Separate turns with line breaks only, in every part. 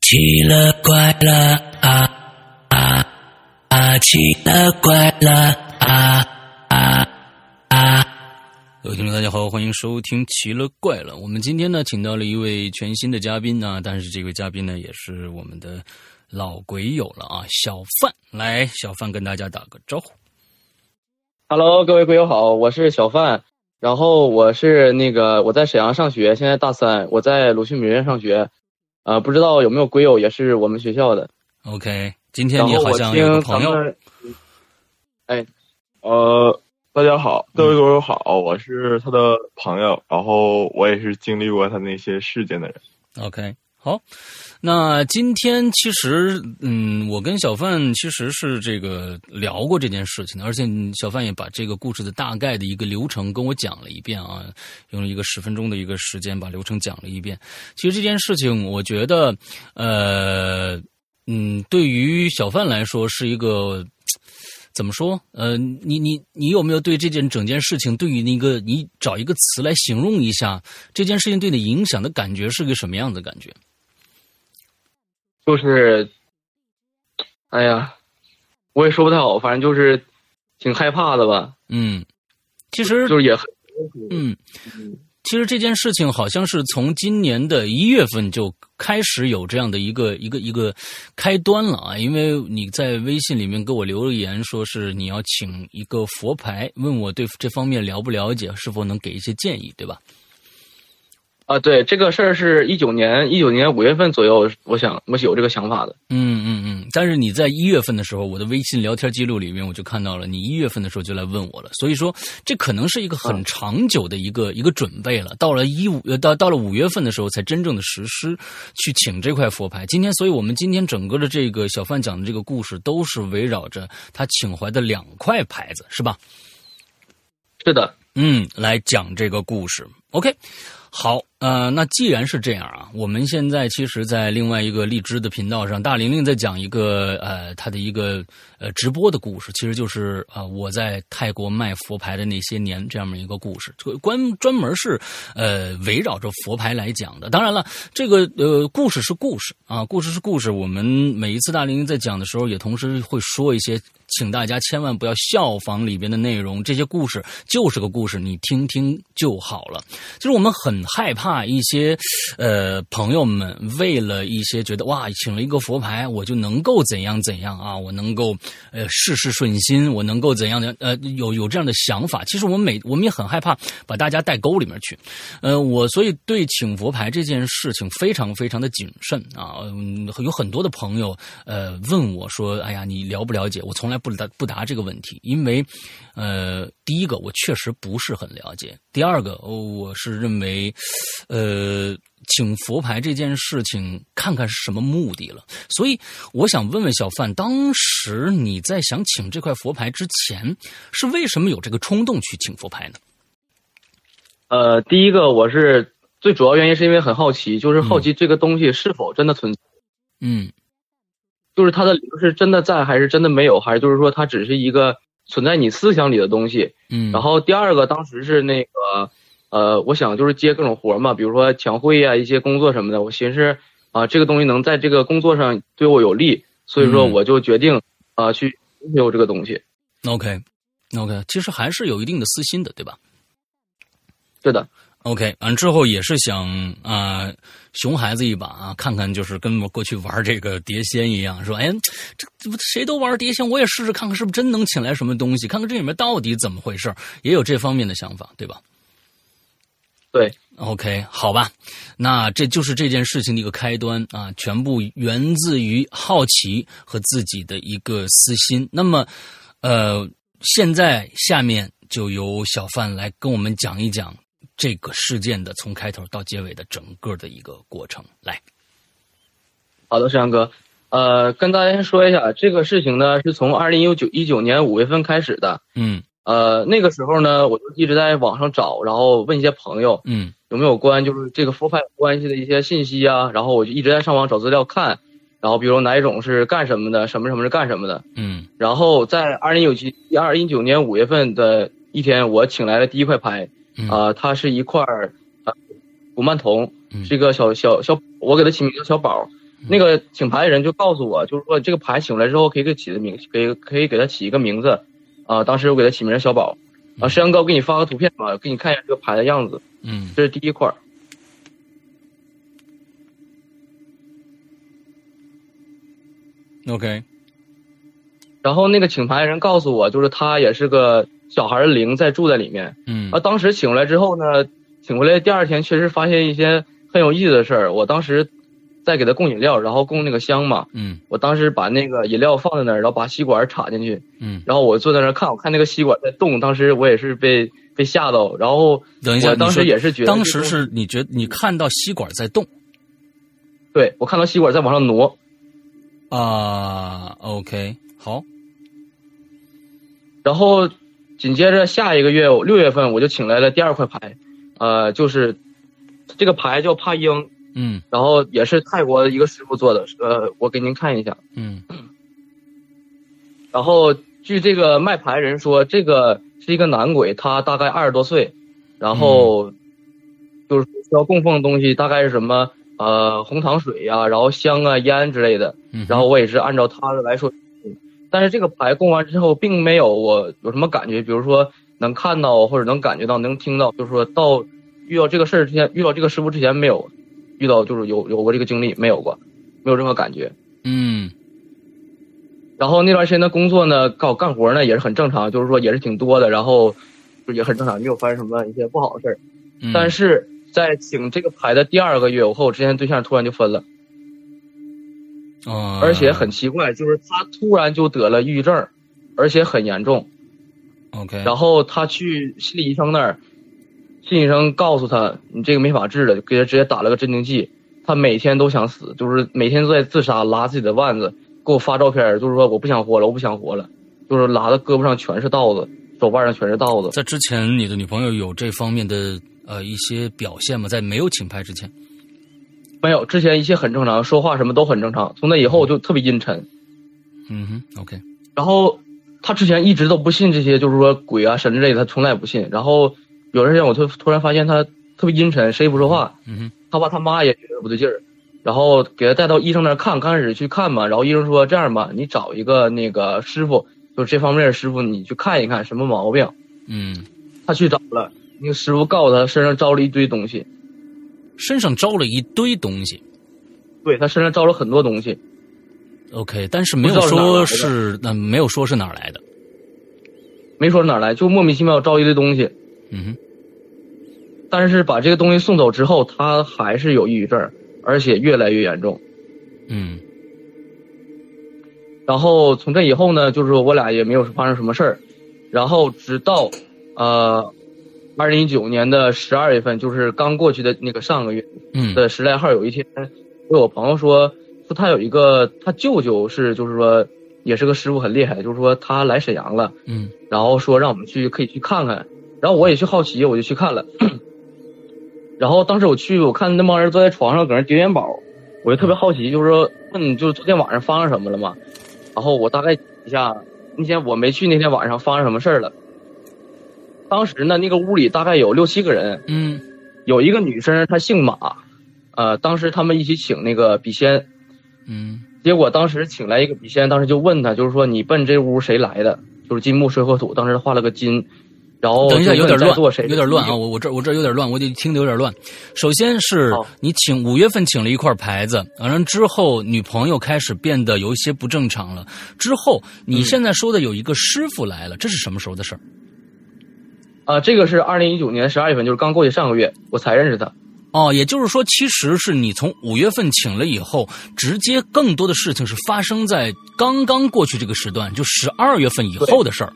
奇了怪了啊啊啊！奇了怪了啊啊啊！
各位听众，大家好，欢迎收听《奇了怪了》。我们今天呢，请到了一位全新的嘉宾啊，但是这位嘉宾呢，也是我们的老鬼友了啊，小范。来，小范跟大家打个招呼。
Hello，各位鬼友好，我是小范，然后我是那个我在沈阳上学，现在大三，我在鲁迅美院上学，呃，不知道有没有鬼友也是我们学校的。
OK，今天
然
你
后
好
我
像有个
听
朋
咱
友，
们
呃，大家好，各
嗯
位狗友好，哦我是他的朋友，然后我也是经历过他那些事件的人。
OK，好，那今天其实，嗯，我跟小范其实是这个聊过这件事情的，而且小范也把这个故事的大概的一个流程跟我讲了一遍啊，用了一个十分钟的一个时间把流程讲了一遍。其实这件事情，我觉得，呃，嗯，对于小范来说是一个。怎么说？呃，你你你有没有对这件整件事情，对于那个你找一个词来形容一下，这件事情对你影响的感觉是个什么样的感觉？
就是，哎呀，我也说不太好，反正就是挺害怕的吧，
嗯，其实
就是也
嗯，其实这件事情好像是从今年的一月份就开始有这样的一个一个一个开端了啊，因为你在微信里面给我留了言，说是你要请一个佛牌，问我对这方面了不了解，是否能给一些建议，对吧？
啊，对，这个事儿是一九年一九年五月份左右，我想我有这个想法的。
嗯嗯嗯，但是你在一月份的时候，我的微信聊天记录里面我就看到了，你一月份的时候就来问我了，所以说这可能是一个很长久的一个、一个准备了。到了一五呃到到了五月份的时候，才真正的实施去请这块佛牌。今天，所以我们今天整个的这个小范讲的这个故事，都是围绕着他请回的两块牌子，是吧？
是的，
嗯，来讲这个故事。OK，好，呃，那既然是这样啊，我们现在其实，在另外一个荔枝的频道上，大玲玲在讲一个呃，她的一个呃直播的故事，其实就是啊、呃我在泰国卖佛牌的那些年这样的一个故事，这个关专门是呃围绕着佛牌来讲的。当然了，这个呃故事是故事啊，故事是故事。我们每一次大玲玲在讲的时候，也同时会说一些请大家千万不要效仿里边的内容，这些故事就是个故事，你听听就好了。就是我们很害怕一些呃朋友们为了一些觉得哇，请了一个佛牌，我就能够怎样怎样啊，我能够呃事事顺心，我能够怎样的呃有有这样的想法。其实我们每我们也很害怕把大家带沟里面去，呃，我所以对请佛牌这件事情非常非常的谨慎啊，嗯，有很多的朋友呃问我说，哎呀，你了不了解？我从来不答不答这个问题，因为，呃，第一个我确实不是很了解，第二个、哦我是认为，呃，请佛牌这件事情看看是什么目的了。所以我想问问小范，当时你在想请这块佛牌之前，是为什么有这个冲动去请佛牌呢？
呃，第一个我是最主要原因是因为很好奇，就是好奇这个东西是否真的存在
嗯
就是它的灵是真的在，还是真的没有，还是就是说它只是一个存在你思想里的东西。
嗯，
然后第二个，当时是那个，呃，我想就是接各种活儿嘛，比如说墙绘啊，一些工作什么的。我寻思啊、这个东西能在这个工作上对我有利，所以说
嗯
我就决定啊、去拥有这个东西。
OK OK，其实还是有一定的私心的，对吧？
是的，
OK，完之后也是想啊、呃熊孩子一把啊，看看就是跟我过去玩这个碟仙一样，说，哎，这这不谁都玩碟仙，我也试试看看是不是真能请来什么东西，看看这里面到底怎么回事儿，也有这方面的想法，对吧？
对，
OK，好吧，那这就是这件事情的一个开端啊，全部源自于好奇和自己的一个私心。那么，呃，现在下面就由小范来跟我们讲一讲这个事件的从开头到结尾的整个的一个过程。来，
好的，石阳哥，呃，跟大家先说一下，这个事情呢是从二零一九一九年五月份开始的。
嗯
呃，那个时候呢，我就一直在网上找，然后问一些朋友，
嗯
有没有关就是这个佛牌有关系的一些信息啊，然后我就一直在上网找资料看，然后比如哪一种是干什么的，什么什么是干什么的，
嗯
然后在二零一七二零一九年五月份的一天，我请来了第一块牌，
嗯
啊、它是一块儿呃古曼童
嗯，嗯
是一个小小小，我给它起名叫小宝，那个请牌的人就告诉我，就是说这个牌请来之后可以给起的名，给可以给他起一个名字，啊、当时我给他起名叫小宝，啊，石阳哥，我给你发个图片吧，给你看一下这个牌的样子，
嗯
这是第一块儿，
，OK，
然后那个请牌的人告诉我，就是他也是个小孩儿灵在住在里面，
嗯
啊，当时请回来之后呢，请回来第二天确实发现一些很有意思的事儿。我当时在给他供饮料，然后供那个香嘛，
嗯
我当时把那个饮料放在那儿，然后把吸管插进去，
嗯，
然后我坐在那儿看，我看那个吸管在动，当时我也是被被吓到，然后
等一下，
我当时
你说
也是觉得
当时
这
是你觉得你看到吸管在动
对我看到吸管在往上挪，
啊，OK，好，
然后紧接着下一个月六月份我就请来了第二块牌，呃，就是这个牌叫帕英，
嗯
然后也是泰国的一个师傅做的，呃，我给您看一下。
嗯
然后据这个卖牌人说，这个是一个男鬼，他大概二十多岁，然后就是需要供奉的东西大概是什么呃红糖水呀、然后香啊、烟之类的。
嗯，
然后我也是按照他的来说，但是这个牌供完之后，并没有我有什么感觉，比如说能看到或者能感觉到、能听到，就是说到遇到这个事儿之前，遇到这个师傅之前没有遇到，就是有有过这个经历没有过，没有任何感觉。
嗯
然后那段时间的工作呢，搞干活呢也是很正常，就是说也是挺多的，然后就也很正常，没有发生什么一些不好的事儿。
嗯，
但是在请这个牌的第二个月，我和我之前对象突然就分了，
啊
而且很奇怪，就是他突然就得了抑郁症，而且很严重。
OK，
然后他去心理医生那儿，心理医生告诉他你这个没法治了，给他直接打了个镇定剂。他每天都想死，就是每天都在自杀，拉自己的腕子，给我发照片，就是说我不想活了，我不想活了，就是拉的胳膊上全是道子，手腕上全是道子。
在之前，你的女朋友有这方面的呃一些表现吗？在没有请拍之前，
没有，之前一切很正常，说话什么都很正常。从那以后我就特别阴沉，
嗯哼，OK，
然后他之前一直都不信这些，就是说鬼啊神之类的，他从来不信。然后有段时间我突突然发现他特别阴沉，谁也不说话。
嗯哼，
他爸他妈也觉得不对劲儿，然后给他带到医生那儿看，刚开始去看嘛，然后医生说这样吧，你找一个那个师傅，就是这方面的师傅，你去看一看什么毛病。
嗯，
他去找了，那个师傅告诉他身上招了一堆东西，
身上招了一堆东西
对他身上招了很多东西，
，OK，但是没有
不知
说
道
是
是
那、没有说是哪儿来的，
没说哪儿来，就莫名其妙招一堆东西。
嗯哼，
但是把这个东西送走之后，他还是有抑郁症，而且越来越严重。
嗯
然后从这以后呢，就是我俩也没有发生什么事儿，然后直到，呃，二零一九年的十二月份，就是刚过去的那个上个月
嗯
的十来号，有一天，我有朋友说，说他有一个他舅舅是就是说也是个师傅很厉害，就是说他来沈阳了，
嗯
然后说让我们去可以去看看，然后我也去好奇，我就去看了， 然后当时我去，我看那帮人坐在床上搁那叠元宝，我就特别好奇，就是说问就是昨天晚上发生什么了嘛，然后我大概一下那天我没去那天晚上发生什么事儿了，当时呢那个屋里大概有六七个人，
嗯
有一个女生她姓马，呃，当时他们一起请那个笔仙，
嗯
结果当时请来一个笔仙，当时就问他，就是说你奔这屋谁来的？就是金木水火土，当时画了个金，然后
等一下有
就问
点
哦在座谁
乱，有点乱啊，我我这我这有点乱，我就听得有点乱。首先是
好
你请五月份请了一块牌子，完了之后女朋友开始变得有一些不正常了，之后你
嗯
现在说的有一个师傅来了，这是什么时候的事儿？
啊、这个是二零一九年十二月份，就是刚过去上个月，我才认识他。
哦，也就是说，其实是你从五月份请了以后，直接更多的事情是发生在刚刚过去这个时段，就十二月份以后的事儿。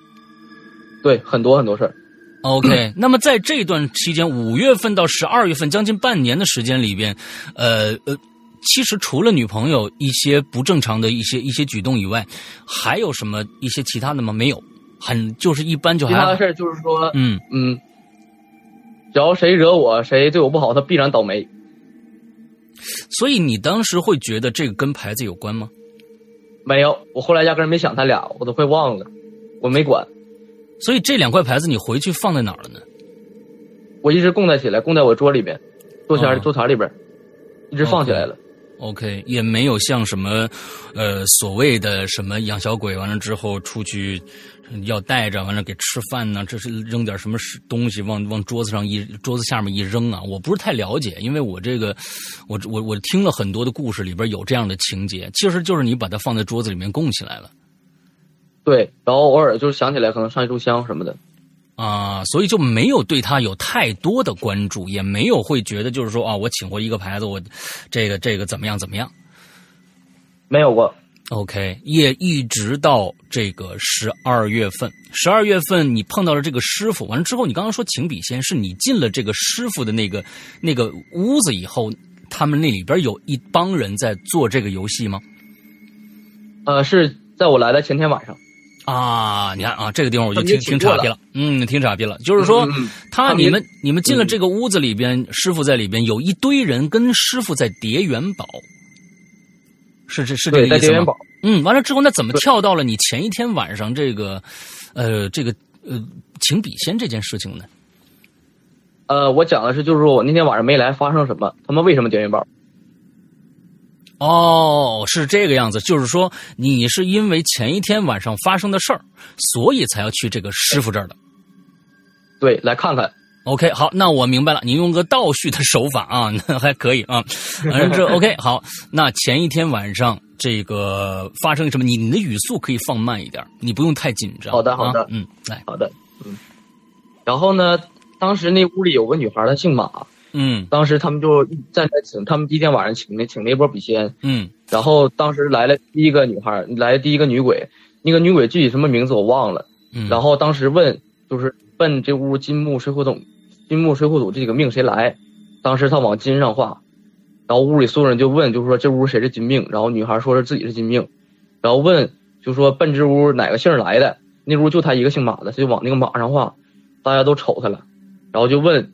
对，很多很多事儿，
OK，那么在这段期间，五月份到十二月份，将近半年的时间里边，呃呃，其实除了女朋友一些不正常的一些一些举动以外，还有什么一些其他的吗？没有，很就是一般就
其
还
他
好
的事儿就是说，
嗯，
嗯，只要谁惹我，谁对我不好，他必然倒霉。
所以你当时会觉得这个跟牌子有关吗？
没有，我后来压根儿没想他俩，我都快忘了，我没管，
所以这两块牌子你回去放在哪儿了呢？
我一直供在起来，供在我桌里边，桌前、
哦
桌台里边，一直放起来了。
，OK，也没有像什么，呃，所谓的什么养小鬼，完了之后出去呃要带着，完了给吃饭呢、这是扔点什么食东西往往桌子上一桌子下面一扔啊。我不是太了解，因为我这个，我我我听了很多的故事里边有这样的情节，其实就是你把它放在桌子里面供起来了。
对，然后偶尔就是想起来可能上一炷香什么的。
啊、所以就没有对他有太多的关注，也没有会觉得就是说啊，我请回一个牌子，我这个这个怎么样怎么样
没有过，
？OK，也一直到这个十二月份，十二月份你碰到了这个师傅，完了之后，你刚刚说请笔仙是你进了这个师傅的那个那个屋子以后，他们那里边有一帮人在做这个游戏吗？
呃，是在我来的前天晚上。
啊，你看啊，这个地方我就
他们也
听听
挺过
岔劈了，嗯，听岔劈了。就是说，
嗯嗯
他
他们
你
也嗯
们你们进了这个屋子里边，师傅在里边有一堆人跟师傅在叠元宝，是这是这
对，
个
在
意
叠
思
元
吗？
宝。
嗯，完了之后，那怎么跳到了你前一天晚上这个，呃，这个呃，请笔仙这件事情呢？
呃，我讲的是就是说我那天晚上没来发生什么，他们为什么叠元宝？
哦，是这个样子，就是说你是因为前一天晚上发生的事儿，所以才要去这个师傅这儿的。
对，来看看。
OK，好，那我明白了，你用个倒叙的手法啊， 那还可以啊。反正 这 OK，好，那前一天晚上这个发生什么？你你的语速可以放慢一点，你不用太紧张。
好的好的
啊、嗯，来，
好的，嗯。然后呢，当时那屋里有个女孩，她姓马。
嗯
当时他们就站在请，他们第一天晚上请那请那波笔仙，
嗯
然后当时来了第一个女孩，来了第一个女鬼，那个女鬼具体什么名字我忘了。
嗯，
然后当时问，就是问这屋金木水火土，金木水火土这几个命谁来？当时他往金上画，然后屋里所有人就问，就是说这屋谁是金命？然后女孩说是自己是金命，然后问就说奔这屋哪个姓儿来的？那屋就她一个姓马的，她就往那个马上画，大家都瞅她了，然后就问，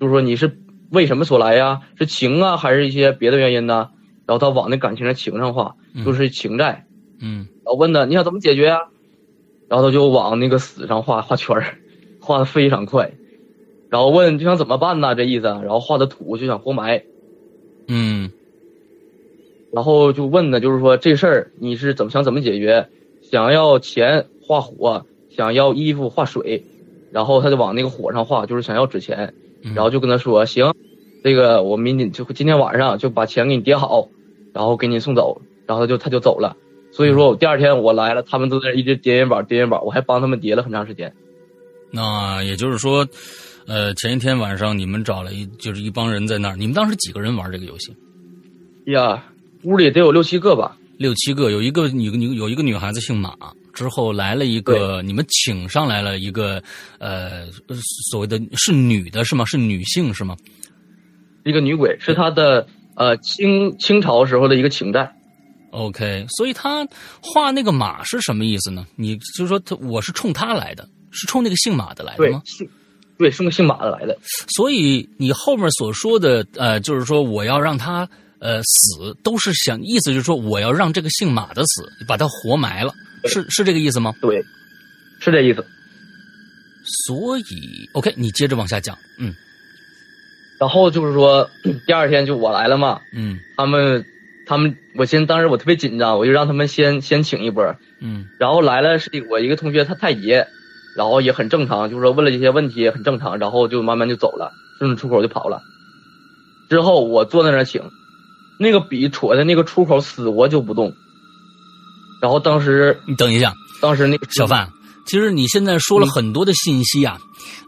就是说你是为什么所来呀？是情啊，还是一些别的原因呢、然后她往那感情的情上画，就是情债。
嗯
然后问他你想怎么解决呀、然后他就往那个死上画画圈儿，画的非常快，然后问就想怎么办呢？这意思啊，然后画的土就想活埋，
嗯
然后就问呢，就是说这事儿你是怎么想怎么解决？想要钱画火，想要衣服画水，然后他就往那个火上画，就是想要纸钱，
嗯，
然后就跟他说行，这个我明天就今天晚上就把钱给你叠好，然后给你送走，然后他就他就走了。所以说我第二天我来了，他们都在那一直叠元宝叠元宝，我还帮他们叠了很长时间。
那也就是说，呃，前一天晚上你们找了一就是一帮人在那儿，你们当时几个人玩这个游戏？
哎呀，屋里得有六七个吧？
六七个，有一个女女有一个女孩子姓马，之后来了一个，你们请上来了一个，呃，所谓的是女的是吗？是女性是吗？
一个女鬼是他的呃清清朝时候的一个情债，
OK，所以他画那个马是什么意思呢？你就是说他我是冲他来的，是冲那个姓马的来的
对
吗？，
姓对是个姓马的来的，
所以你后面所说的呃，就是说我要让他呃死，都是想意思就是说我要让这个姓马的死，把他活埋了，
对
是是这个意思吗？
对，是这意思。
所以 OK，你接着往下讲，嗯
然后就是说第二天就我来了嘛，
嗯
他们他们我先当时我特别紧张，我就让他们先先请一波，
嗯
然后来了是我一个同学，他太爷，然后也很正常，就是说问了这些问题也很正常，然后就慢慢就走了，顺着出口就跑了。之后我坐在那儿请，那个笔戳在那个出口死活就不动。然后当时
你等一下，
当时那个
小范，其实你现在说
嗯
了很多的信息啊，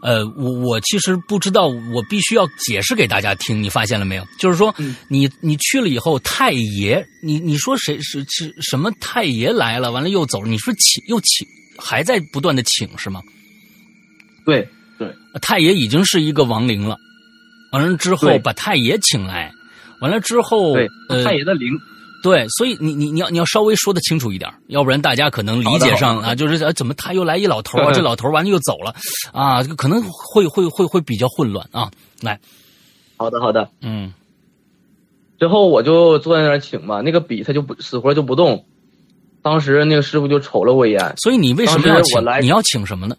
呃，我我其实不知道，我必须要解释给大家听，你发现了没有？就是说，
嗯
你你去了以后，太爷，你你说谁是是什么太爷来了，完了又走了，你说请又请，还在不断的请是吗？
对
太爷已经是一个亡灵了，完了之后
对
把太爷请来，完了之后，
对，
呃
太爷的灵，
对，所以你你你要你要稍微说的清楚一点，要不然大家可能理解上啊，就是呃，怎么他又来一老头儿 啊，这老头儿完了又走了，啊，可能会会会会比较混乱啊。来，
好的好的。
嗯
之后我就坐在那儿请嘛，那个笔他就不死活就不动。当时那个师傅就瞅了我一眼，
所以你为什么要
当时
请
我来？
你要请什么呢？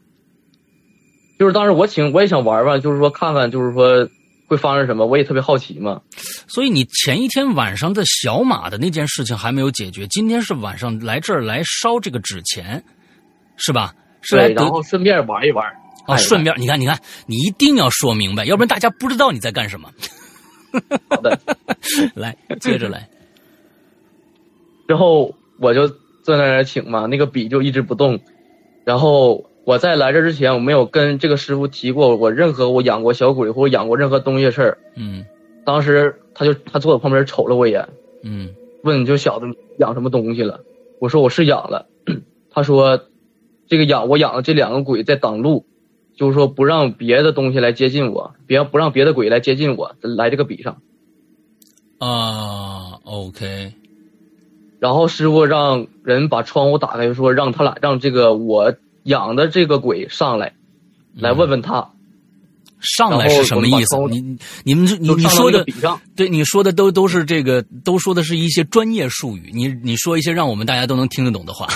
就是当时我请我也想玩玩，就是说看看，就是说会会发生什么，我也特别好奇嘛。
所以你前一天晚上的小马的那件事情还没有解决，今天是晚上来这儿来烧这个纸钱，是吧？是来
对，
得
然后顺便玩一玩。
啊，
哎
顺便你看，你看，你一定要说明白，要不然大家不知道你在干什么。
好的，
来，接着来，
之后我就坐在那儿请嘛，那个笔就一直不动。然后我在来这之前，我没有跟这个师傅提过我任何我养过小鬼或者养过任何东西的事儿。
嗯
当时他就他坐我旁边瞅了我一眼，
嗯
问你就小子你养什么东西了？我说我是养了。他说，这个养我养的这两个鬼在挡路，就是说不让别的东西来接近我，别不让别的鬼来接近我，来这个笔上。
啊，OK，
然后师傅让人把窗户打开，说让他俩让这个我养的这个鬼上来，
嗯
来问问他。
上来是什么意思
然后？我
你你你们这你
就
你
上到
说
那个
的
笔上，
对，你说的都都是这个，都说的是一些专业术语。你你说一些让我们大家都能听得懂的话。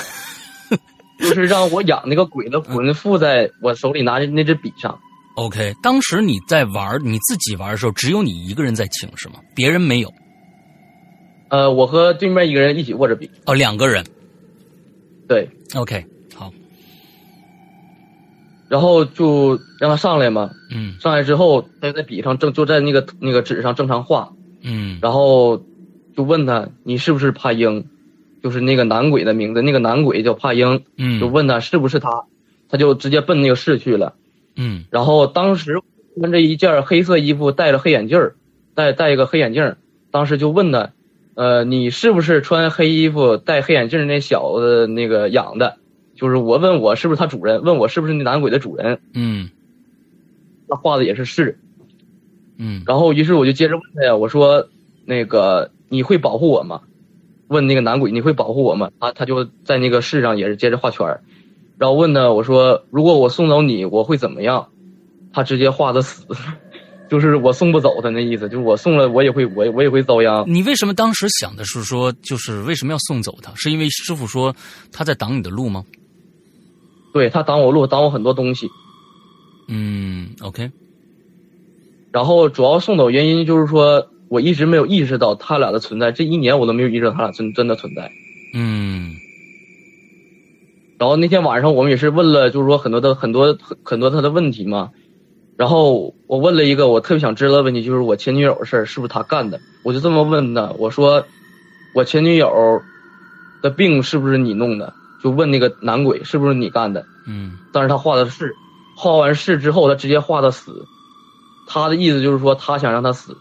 就是让我养那个鬼的魂附在我手里拿着那支笔上。
OK，当时你在玩，你自己玩的时候，只有你一个人在请是吗？别人没有
呃，我和对面一个人一起握着笔，
哦，两个人。
对，
OK，好，
然后就让他上来嘛。
嗯
上来之后，他就在笔上正就在那个那个纸上正常画，
嗯
然后就问他你是不是帕英，就是那个男鬼的名字，那个男鬼叫帕英，
嗯
就问他是不是他，他就直接奔那个市去了。
嗯
然后当时穿着一件黑色衣服，戴着黑眼镜儿，戴戴一个黑眼镜儿，当时就问他，呃，你是不是穿黑衣服戴黑眼镜儿那小子那个养的？就是我问我是不是他主人，问我是不是那男鬼的主人，
嗯
他画的也是是。
嗯
然后于是我就接着问他呀，我说那个你会保护我吗？问那个男鬼你会保护我吗？他他就在那个市上也是接着画圈儿，然后问呢，我说如果我送走你我会怎么样？他直接画的死， 就是我送不走他那意思，就是我送了我也会我也我也会遭殃。
你为什么当时想的是说，就是为什么要送走他？是因为师傅说他在挡你的路吗？
对他挡我路，挡我很多东西。
嗯，OK，
然后主要送走原因就是说我一直没有意识到他俩的存在，这一年我都没有意识到他俩真真的存在。
嗯
然后那天晚上我们也是问了，就是说很多的很多很很多他的问题嘛。然后我问了一个我特别想知道的问题，就是我前女友的事儿是不是他干的？我就这么问的，我说我前女友的病是不是你弄的？就问那个男鬼是不是你干的？
嗯
但是他画的是，画完是之后他直接画的死。他的意思就是说他想让他死。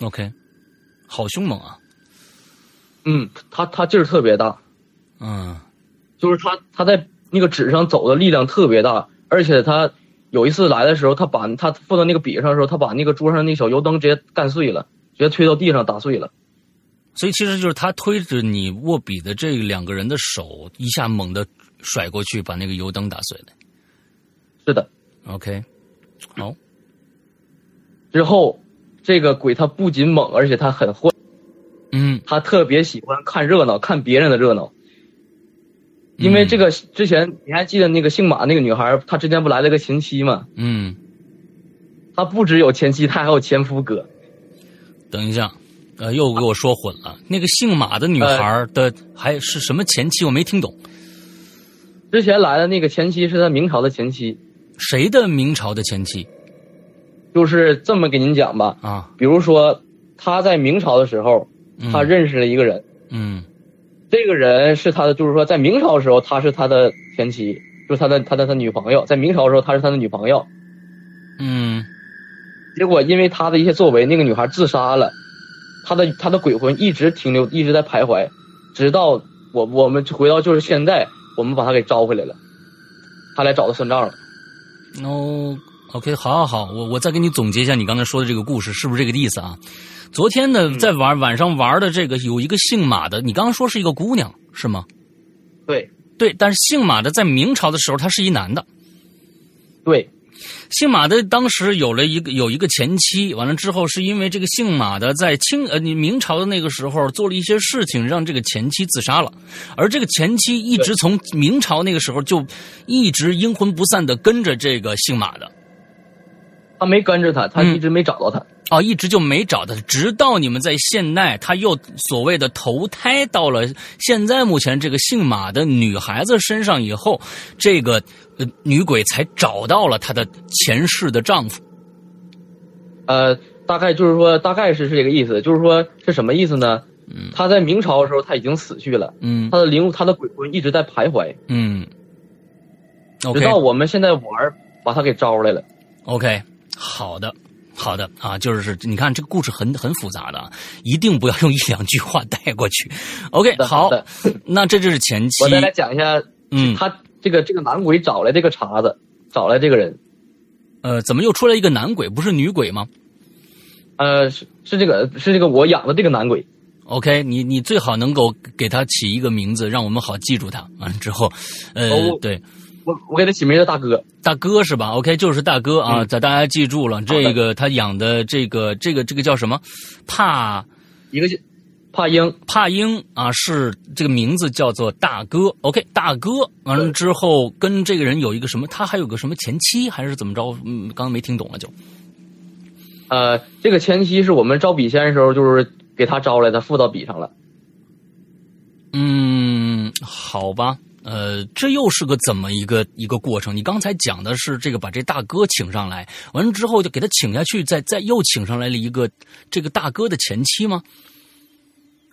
，OK，好凶猛啊！
嗯，他他劲儿特别大，
嗯
就是他他在那个纸上走的力量特别大，而且他有一次来的时候，他把他放到那个笔上的时候，他把那个桌上那小油灯直接干碎了，直接推到地上打碎了。
所以其实就是他推着你握笔的这两个人的手，一下猛地甩过去，把那个油灯打碎了。
是的，
OK，好，
之后这个鬼他不仅猛，而且他很坏，
嗯
他特别喜欢看热闹，看别人的热闹。因为这个之前你还记得那个姓马那个女孩，她之前不来了个前妻嘛？
嗯，
她不只有前妻，她还有前夫哥。
等一下，呃，又给我说混了。那个姓马的女孩的还是什么前妻，我没听懂。
之前来的那个前妻是他明朝的前妻，
谁的明朝的前妻
就是这么给您讲吧，
啊？
比如说，他在明朝的时候，
嗯
他认识了一个人，
嗯
这个人是他的，就是说在明朝的时候，他是他的前妻，就是他的他的他女朋友，在明朝的时候，他是他的女朋友。
嗯
结果因为他的一些作为，那个女孩自杀了，他的他的鬼魂一直停留，一直在徘徊，直到我我们回到就是现在，我们把他给招回来了，他来找他算账了。
哦，OK，好好好，我我再给你总结一下你刚才说的这个故事，是不是这个意思啊？昨天呢，在玩晚上玩的这个有一个姓马的，你刚刚说是一个姑娘是吗？
对
对，但是姓马的在明朝的时候，他是一男的。
对，
姓马的当时有了一个有一个前妻，完了之后是因为这个姓马的在清呃你明朝的那个时候做了一些事情，让这个前妻自杀了，而这个前妻一直从明朝那个时候就一直阴魂不散的跟着这个姓马的，
他没跟着他，他
嗯
一直没找到他。
哦，一直就没找到，直到你们在现代，他又所谓的投胎到了现在目前这个姓马的女孩子身上以后，这个呃女鬼才找到了她的前世的丈夫。
呃，大概就是说，大概是是这个意思，就是说是什么意思呢？
嗯
他在明朝的时候他已经死去了，
嗯
他的灵他的鬼魂一直在徘徊，
嗯
直
，OK
到我们现在玩儿把他给招来了。
OK，好的。好的啊，就是你看这个故事很很复杂的啊，一定不要用一两句话带过去。OK，
的
好，
的
那这就是前期
我，再来讲一下
嗯，
他这个这个男鬼找来这个茬子，找来这个人，
呃，怎么又出来一个男鬼，不是女鬼吗？
呃，是是这个是这个我养的这个男鬼，
OK，你你最好能够给他起一个名字，让我们好记住他。完了之后，呃，
哦
对，
我我给他起名叫大哥，
大哥是吧？OK，就是大哥
嗯
啊，咱、大家记住了，这个他养的这个这个这个叫什么？帕
一个是帕英，
帕英啊，是这个名字叫做大哥。OK，大哥完了之后跟这个人有一个什么？他还有个什么前妻还是怎么着？嗯，刚刚没听懂了就。
呃，这个前期是我们招笔仙的时候就是给他招来的，附到笔上了。
嗯，好吧，呃，这又是个怎么一个一个过程？你刚才讲的是这个把这大哥请上来，完了之后就给他请下去，再再又请上来了一个这个大哥的前妻吗？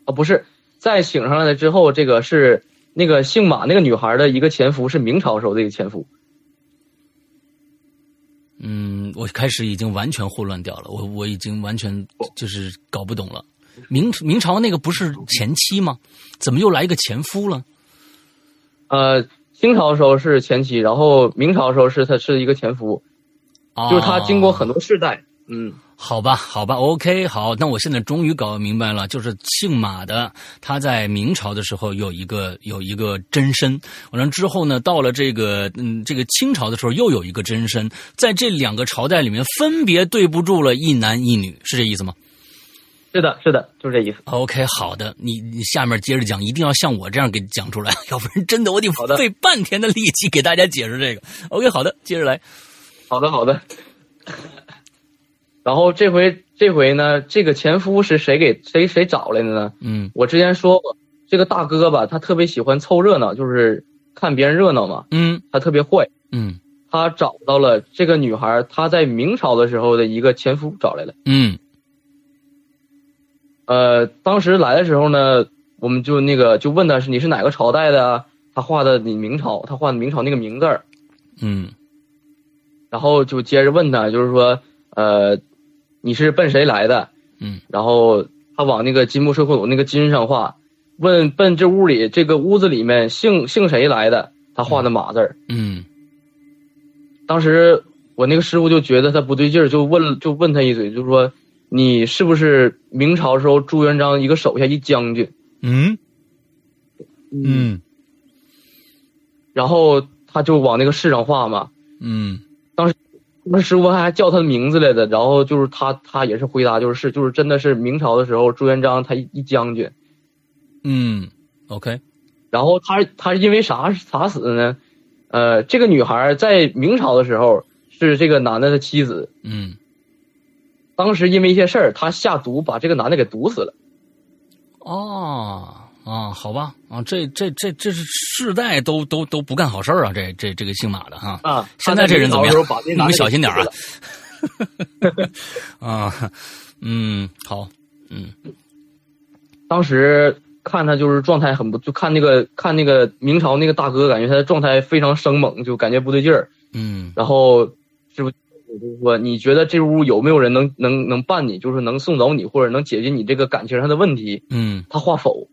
啊，不是，在请上来了之后，这个是那个姓马那个女孩的一个前夫，是明朝时候的一个前夫。
嗯，我开始已经完全混乱掉了，我我已经完全就是搞不懂了。明明朝那个不是前妻吗？怎么又来一个前夫了？
呃，清朝时候是前妻，然后明朝时候是他是一个前夫，
啊，
就是他经过很多世代，嗯，
好吧，好吧，OK，好，那我现在终于搞明白了，就是姓马的，他在明朝的时候有一个有一个真身，完了之后呢，到了这个嗯这个清朝的时候又有一个真身，在这两个朝代里面分别对不住了一男一女，是这意思吗
是的，是的，就是这意思。
？OK，好的，你你下面接着讲，一定要像我这样给讲出来， 要不然真的我得
的
费半天的力气给大家解释这个。OK，好的，接着来，
好的，好的。 然后这回这回呢，这个前夫是谁给谁谁找来的呢？
嗯
我之前说过，这个大哥吧，他特别喜欢凑热闹，就是看别人热闹嘛，
嗯
他特别坏。
嗯
他找到了这个女孩，她在明朝的时候的一个前夫找来了。
嗯
呃，当时来的时候呢，我们就那个就问他是你是哪个朝代的啊？他画的你明朝，他画的明朝那个明字儿，
嗯
然后就接着问他，就是说，呃，你是奔谁来的？
嗯，
然后他往那个金木水火土那个金上画，问奔这屋里这个屋子里面姓姓谁来的？他画的马字儿。
嗯
当时我那个师傅就觉得他不对劲儿，就问就问他一嘴，就说你是不是明朝时候朱元璋一个手下一将军？
嗯嗯
然后他就往那个市上画嘛。
嗯。
那师傅还叫他名字来的，然后就是他，他也是回答，就是是，就是真的是明朝的时候，朱元璋他一一将军，
嗯，OK，
然后他他是因为啥啥死的呢？呃，这个女孩在明朝的时候是这个男的的妻子，
嗯，
当时因为一些事儿，她下毒把这个男的给毒死了。
哦，啊，好吧，啊，这这这这是世代都都都不干好事儿啊，这这这个姓马的哈，
啊，
现在这人怎么样
她在明朝的时候把 这
你
男的
们
给
小心点儿啊
毒死了，
啊，嗯，好，嗯
当时看他就是状态很不，就看那个看那个明朝那个大哥，感觉他的状态非常生猛，就感觉不对劲儿。
嗯
然后师傅我就说：“你觉得这屋有没有人能能能办你，就是能送走你，或者能解决你这个感情上的问题
嗯？”，
他画否，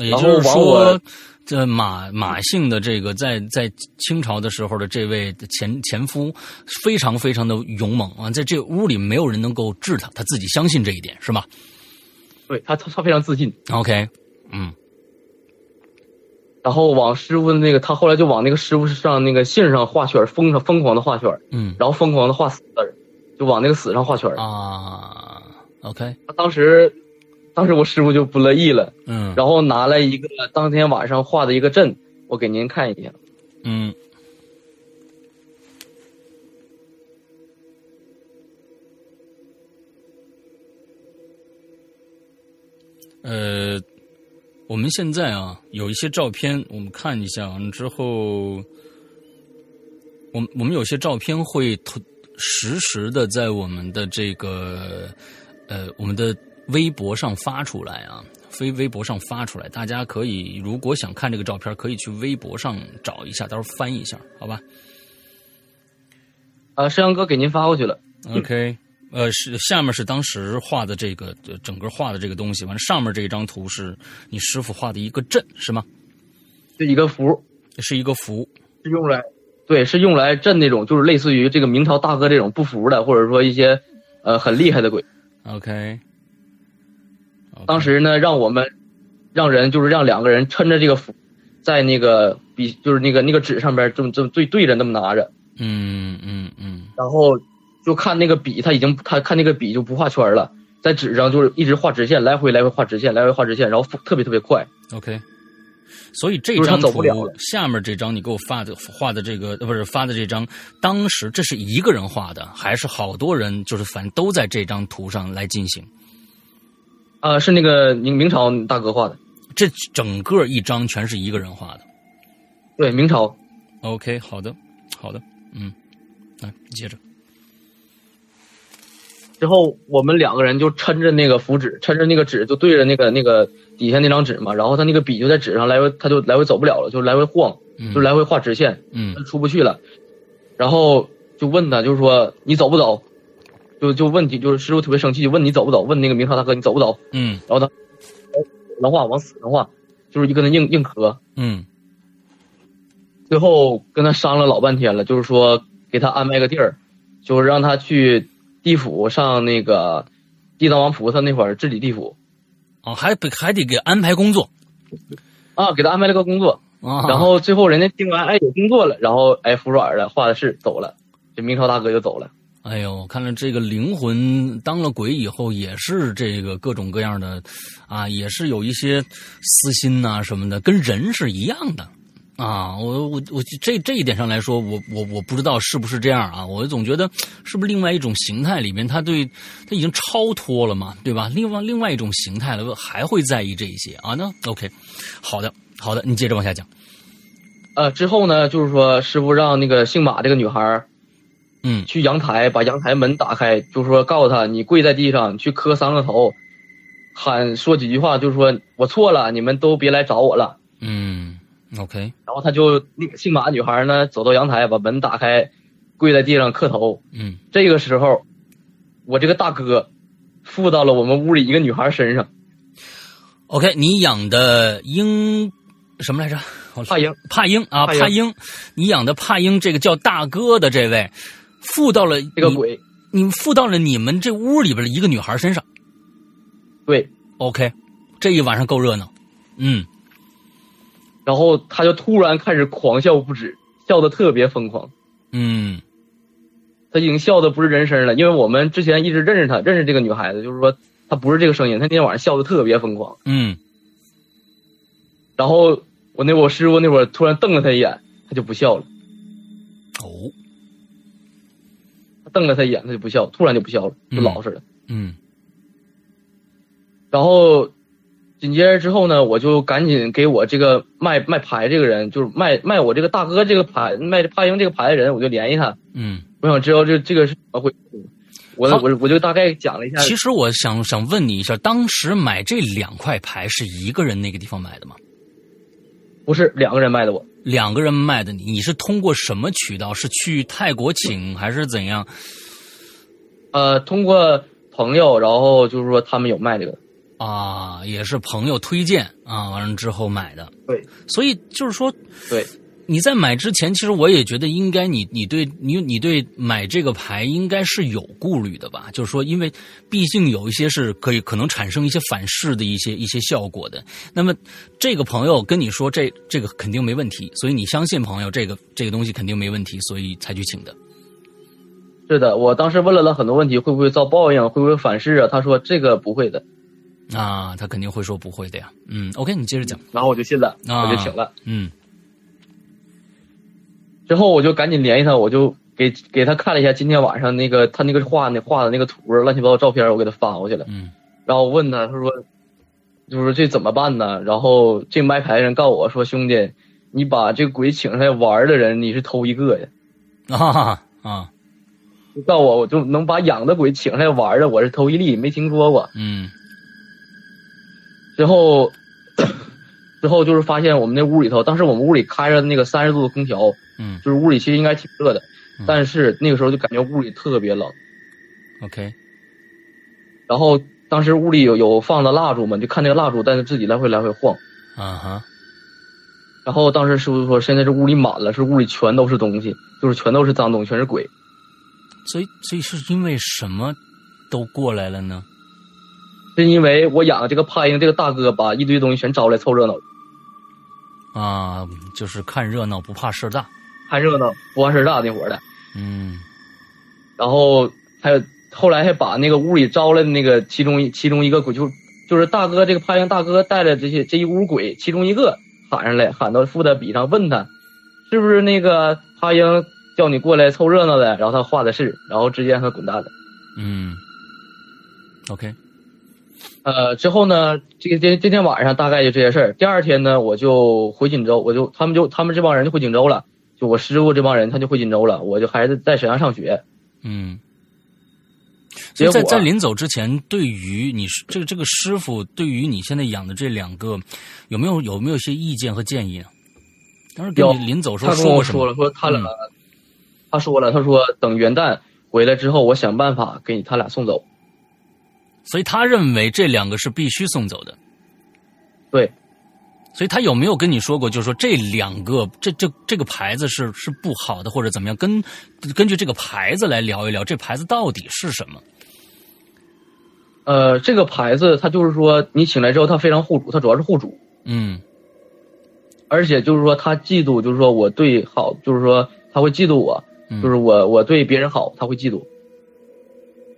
也
然后
就是
往我
说，这马马姓的这个在在清朝的时候的这位前前夫非常非常的勇猛啊，在这屋里没有人能够治他，他自己相信这一点是吧
对他他他非常自信。
？OK，嗯
然后往师傅的那个，他后来就往那个师傅上那个信上画圈，疯上疯狂的画圈，
嗯
然后疯狂的画死字儿，就往那个死上画圈。
啊，OK，
他当时，当时我师傅就不乐意了，
嗯
然后拿来一个当天晚上画的一个阵，我给您看一下。
嗯。呃，我们现在啊有一些照片，我们看一下完了之后，我们我们有些照片会投实时的在我们的这个呃我们的微博上发出来啊。非微博上发出来，大家可以如果想看这个照片，可以去微博上找一下，到时候翻一下，好吧
啊，摄像哥给您发过去了。
？OK，、呃，是下面是当时画的这个呃整个画的这个东西，完了上面这张图是你师傅画的一个阵，是吗？
这一个符
是一个符，
是用来，对，是用来镇那种就是类似于这个明朝大哥这种不服的，或者说一些呃很厉害的鬼。
OK，, o
当时呢，让我们让人就是让两个人抻着这个符，在那个笔就是那个那个纸上边这么这么对对着那么拿着，
嗯嗯嗯
然后就看那个笔，他已经他看那个笔就不画圈了，在纸上就是一直画直线，来回来回画直线，来回画直线，然后特别特别快。
，OK。所以这
就是他
张
走
图
不了了
下面这张你给我发的画的这个呃不是发的这张，当时这是一个人画的，还是好多人就是反正都在这张图上来进行？
啊、是那个明明朝大哥画的，
这整个一张全是一个人画的。
对，明朝。
OK，好的，好的，嗯，来你接着，
之后我们两个人就抻着那个符纸，抻着那个纸就对着那个那个底下那张纸嘛，然后他那个笔就在纸上来回，他就来回走不了了，就来回晃，
嗯
就来回画直线，
嗯
他出不去了，然后就问他，就是说你走不走？就就问题就是师傅特别生气，就问你走不走？问那个明朝大哥你走不走？
嗯
然后他哎能画往死能画，就是一跟他硬硬磕，
嗯
最后跟他商量老半天了，就是说给他安排个地儿，就是让他去地府上那个地藏王菩萨那块儿治理地府
哦，还得还得给安排工作
啊，给他安排了个工作。
啊，
然后最后人家听完，哎，有工作了，然后哎服软了，画的是走了，这明朝大哥就走了。
哎呦，看来这个灵魂当了鬼以后，也是这个各种各样的，啊，也是有一些私心呐、什么的，跟人是一样的。啊，我我我这这一点上来说，我我我不知道是不是这样啊，我总觉得是不是另外一种形态里面，他对他已经超脱了嘛，对吧？另外另外一种形态了，还会在意这一些啊？那 OK，好的好的，你接着往下讲。
呃，之后呢，就是说师傅让那个姓马这个女孩儿
嗯
去阳台，把阳台门打开，就是说告诉她，你跪在地上，你去磕三个头，喊说几句话，就是说我错了，你们都别来找我了。
嗯，OK，
然后他就那个姓马的女孩呢，走到阳台，把门打开，跪在地上磕头。
嗯
这个时候，我这个大哥附到了我们屋里一个女孩身上，
，OK，你养的鹰什么来着？我
怕赢。
帕英啊，
帕英
帕英，你养的帕英这个叫大哥的这位，附到了
这个鬼，
你，你附到了你们这屋里边的一个女孩身上。
对，
OK，这一晚上够热闹。嗯，
然后他就突然开始狂笑不止，笑得特别疯狂。
嗯
他已经笑的不是人声了，因为我们之前一直认识他，认识这个女孩子，就是说她不是这个声音。她那天晚上笑的特别疯狂，
嗯
然后我那我师傅那会儿突然瞪了他一眼，他就不笑了，
哦，
他瞪了他一眼，他就不笑，突然就不笑了，就
嗯
老实了。
嗯
然后紧接着之后呢，我就赶紧给我这个卖卖牌这个人，就是卖卖我这个大哥这个牌卖帕英这个牌的人，我就联系他，
嗯。
我想知道这这个是怎么回事。我
好
我我就大概讲了一下，
其实我想想问你一下，当时买这两块牌是一个人那个地方买的吗？
不是两个人卖的我，
两个人卖的你，你是通过什么渠道？是去泰国请还是怎样？
呃，通过朋友，然后就是说他们有卖这个。
啊，也是朋友推荐啊，完了之后买的。
对，
所以就是说，
对，
你在买之前，其实我也觉得应该你你对你你对买这个牌应该是有顾虑的吧？就是说，因为毕竟有一些是可以可能产生一些反噬的一些一些效果的。那么这个朋友跟你说这这个肯定没问题，所以你相信朋友这个这个东西肯定没问题，所以才去请的。
是的，我当时问了他很多问题，会不会遭报应，会不会反噬啊？他说这个不会的，
啊，他肯定会说不会的呀。嗯，OK，你接着讲。
然后我就信了，
啊
我就请了。
嗯
之后我就赶紧联系他，我就给给他看了一下今天晚上那个他那个画那画的那个图，乱七八糟照片，我给他发过去了。
嗯
然后我问他，他说，就是这怎么办呢？然后这卖牌人告我说，兄弟，你把这鬼请上来玩的人，你是头一个呀。
啊啊，
就告我，我就能把养的鬼请上来玩的，我是头一例，没听说过。
嗯
之后，之后就是发现我们那屋里头，当时我们屋里开着那个三十度的空调，
嗯
就是屋里其实应该挺热的
嗯，
但是那个时候就感觉屋里特别冷。
，OK，
然后当时屋里有有放的蜡烛嘛，就看那个蜡烛，但是自己来回来回晃。
啊哈，
然后当时师傅说，现在这屋里满了，是屋里全都是东西，就是全都是脏东西，全是鬼。
所以所以是因为什么都过来了呢？
是因为我养的这个帕英这个大哥把一堆东西全招来凑热闹，
啊，就是看热闹不怕事儿大，
看热闹不完事儿大那伙儿的。
嗯
然后还有后来还把那个屋里招来的那个其中一其中一个鬼，就就是大哥这个潘阳大哥带来这些这一屋鬼，其中一个喊上来，喊到副的笔上，问他是不是那个潘英叫你过来凑热闹的，然后他画的是，然后直接让他滚蛋了。
嗯，OK，
呃，之后呢，这个这这天晚上大概就这些事儿。第二天呢，我就回锦州，我就他们就他们这帮人就回锦州了，就我师傅这帮人他就回锦州了，我就还是在沈阳上学。
嗯。所
结
以
果啊
在在临走之前，对于你师这个这个师傅，对于你现在养的这两个，有没有有没有一些意见和建议啊？当时给
有
你临走时候
他跟
说
我
过什
说
么？
了，说他俩，
嗯
他说了，他说等元旦回来之后，我想办法给你他俩送走。
所以他认为这两个是必须送走的。
对，
所以他有没有跟你说过，就是说这两个这这这个牌子是是不好的，或者怎么样？根根据这个牌子来聊一聊，这牌子到底是什么？
呃，这个牌子它就是说你请来之后，它非常护主，它主要是护主，
嗯
而且就是说他嫉妒，就是说我对好，就是说他会嫉妒我，
嗯
就是我我对别人好，他会嫉妒。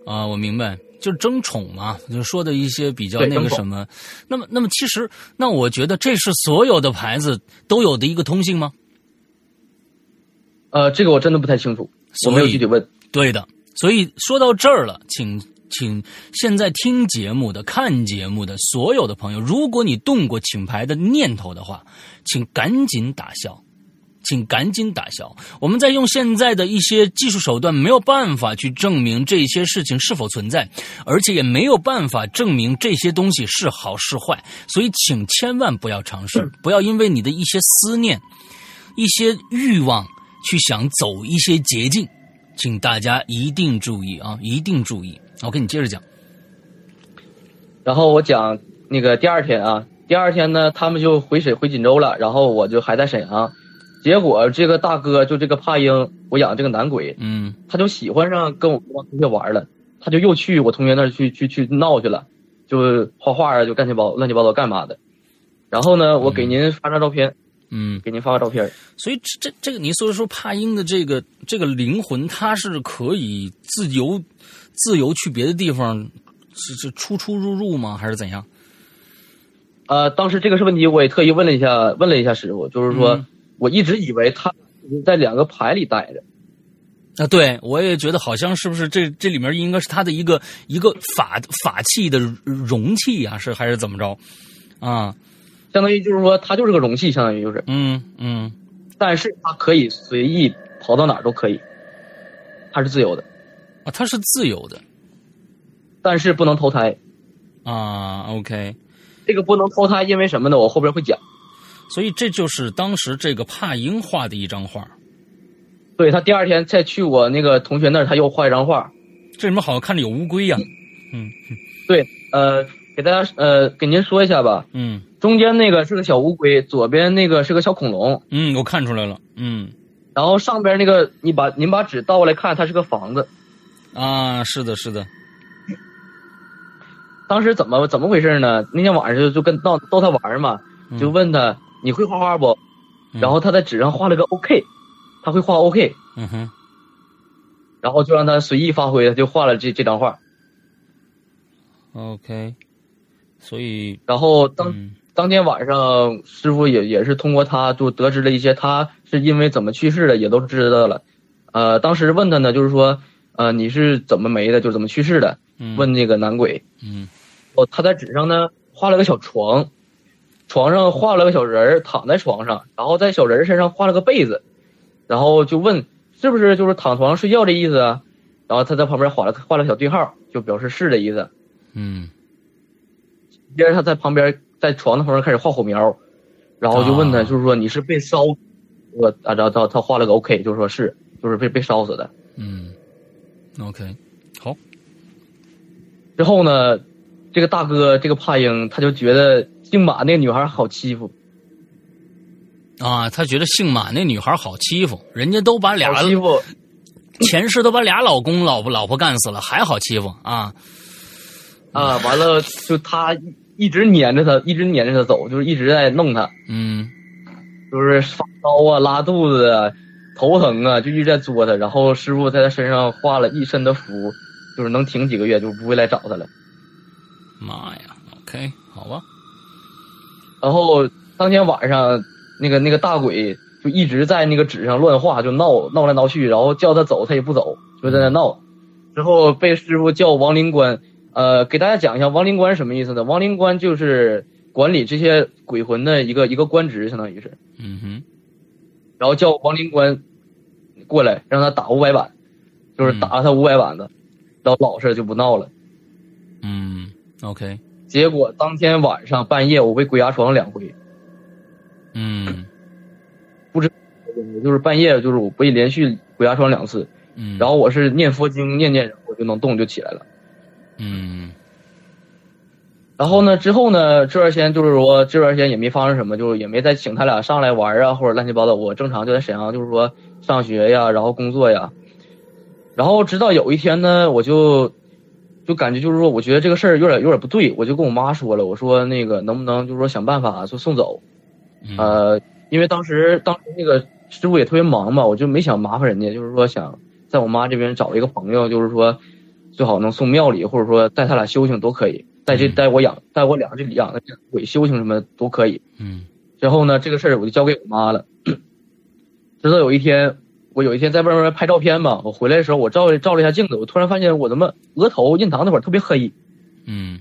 啊、我明白，就是争宠嘛，就说的一些比较
对
那个
争宠
什么。那么，那么其实，那我觉得这是所有的牌子都有的一个通性吗？
呃，这个我真的不太清楚，我
所以
没有具体问。
对的，所以说到这儿了，请请现在听节目的、看节目的所有的朋友，如果你动过请牌的念头的话，请赶紧打消。请赶紧打消！我们在用现在的一些技术手段，没有办法去证明这些事情是否存在，而且也没有办法证明这些东西是好是坏，所以请千万不要尝试，不要因为你的一些思念、一些欲望去想走一些捷径，请大家一定注意啊，一定注意。我跟你接着讲，
然后我讲那个第二天啊，第二天呢，他们就回沈回锦州了，然后我就还在沈阳。结果这个大哥就这个帕英，我养这个男鬼，
嗯
他就喜欢上跟我这帮同学玩了，他就又去我同学那儿去去去闹去了，就画画啊，就干七八乱七八糟干嘛的。然后呢，我给您发张照片，
嗯，
给您发个照片。
所以这这这个，你所以说帕因的这个这个灵魂，它是可以自由自由去别的地方，是是出出入入吗？还是怎样？
呃，当时这个是问题，我也特意问了一下，问了一下师傅，就是说，
嗯
我一直以为他是在两个牌里待着，
啊，对，我也觉得好像是不是这这里面应该是他的一个一个法法器的容器啊，是还是怎么着？啊，
相当于就是说他就是个容器，相当于就是，
嗯嗯
但是他可以随意跑到哪儿都可以，他是自由的，
啊，它是自由的
但是不能投胎。
啊。OK，
这个不能投胎，因为什么呢？我后边会讲。
所以这就是当时这个帕英画的一张画。
对他第二天再去我那个同学那儿，他又画一张画，
这里面好像看着有乌龟呀、
对，呃，给大家呃给您说一下吧，
嗯
中间那个是个小乌龟，左边那个是个小恐龙，
嗯，我看出来了。嗯
然后上边那个你把您把纸倒过来看，它是个房子。
啊，是的，是的。
当时怎么怎么回事呢？那天晚上就就跟闹逗他玩嘛，
嗯
就问他、你会画画不？
嗯
然后他在纸上画了个 OK，他会画 OK，
嗯哼，
然后就让他随意发挥，他就画了这这张画。
OK。所以，
然后当、
嗯
当天晚上，师傅也也是通过他就得知了一些他是因为怎么去世的，也都知道了。呃，当时问他呢，就是说，呃，你是怎么没的，就是怎么去世的？
嗯
问那个男鬼。
嗯
哦，他在纸上呢画了个小床，床上画了个小人儿躺在床上，然后在小人儿身上画了个被子，然后就问是不是就是躺床上睡觉的意思啊？然后他在旁边画了画了个小对号，就表示是的意思。
嗯，
接着他在旁边在床的旁边开始画火苗，然后就问他，
啊
就是说你是被烧，我啊，然后他他画了个 OK，就是说是，就是被被烧死的。
嗯，OK，
之后呢，这个大哥这个帕英他就觉得姓马那个女孩好欺负，
啊，他觉得姓马那女孩好欺负，人家都把俩
好欺负，
前世都把俩老公老婆老婆干死了，还好欺负啊？
啊，完了就他一直撵着他，一直撵着他走，就是一直在弄他，
嗯
就是发烧啊、拉肚子啊、头疼啊，就一直在作他。然后师傅在他身上画了一身的符，就是能挺几个月，就不会来找他了。
妈呀，OK，好吧，
然后当天晚上，那个那个大鬼就一直在那个纸上乱画，就闹闹来闹去，然后叫他走他也不走，就在那闹。之后被师傅叫亡灵官，呃，给大家讲一下亡灵官是什么意思呢？亡灵官就是管理这些鬼魂的一个一个官职，相当于是。
嗯哼，
然后叫亡灵官过来，让他打五百板，就是打他五百板子，然后老实就不闹了。
嗯，OK，
结果当天晚上半夜，我被鬼压床两回，
嗯
就是半夜就是我被连续鬼压床两次，
嗯，
然后我是念佛经念念，我就能动就起来了。
嗯
然后呢，之后呢，这段时间就是说这段时间也没发生什么，就是也没再请他俩上来玩啊，或者乱七八糟。我正常就在沈阳，就是说上学呀，然后工作呀。然后直到有一天呢，我就就感觉就是说，我觉得这个事儿有点有点不对，我就跟我妈说了，我说那个能不能就是说想办法说送走，
嗯
呃，因为当时当时那个师傅也特别忙嘛，我就没想麻烦人家，就是说想在我妈这边找一个朋友，就是说最好能送庙里，或者说带他俩修行都可以，带这
嗯
带我养带我俩这里养的鬼修行什么都可以。
嗯
之后呢，这个事儿我就交给我妈了。直到有一天，我有一天在外面拍照片嘛，我回来的时候我照照了一下镜子，我突然发现我他妈额头印堂那块儿特别黑，
嗯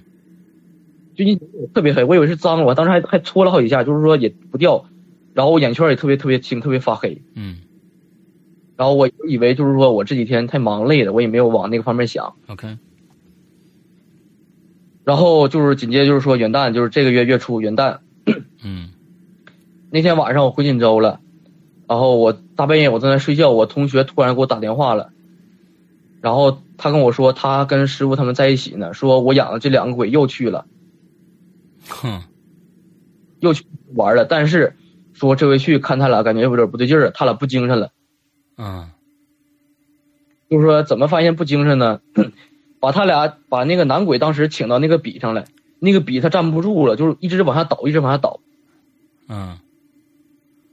就印特别黑，我以为是脏了，我当时还还搓了好几下，就是说也不掉，然后我眼圈也特别特别青，特别发黑。
嗯
然后我以为就是说我这几天太忙累了，我也没有往那个方面想。
，OK，
然后就是紧接着就是说元旦，就是这个月月初元旦
嗯
那天晚上我回锦州了，然后我大半夜我正在睡觉，我同学突然给我打电话了，然后他跟我说他跟师傅他们在一起呢，说我养的这两个鬼又去了，
哼，
又去玩了，但是说这回去看他俩感觉有点不对劲儿了，他俩不精神了。
啊
就是说怎么发现不精神呢？ 把他俩把那个男鬼当时请到那个笔上来，那个笔他站不住了，就是一直往下倒，一直往下倒，
嗯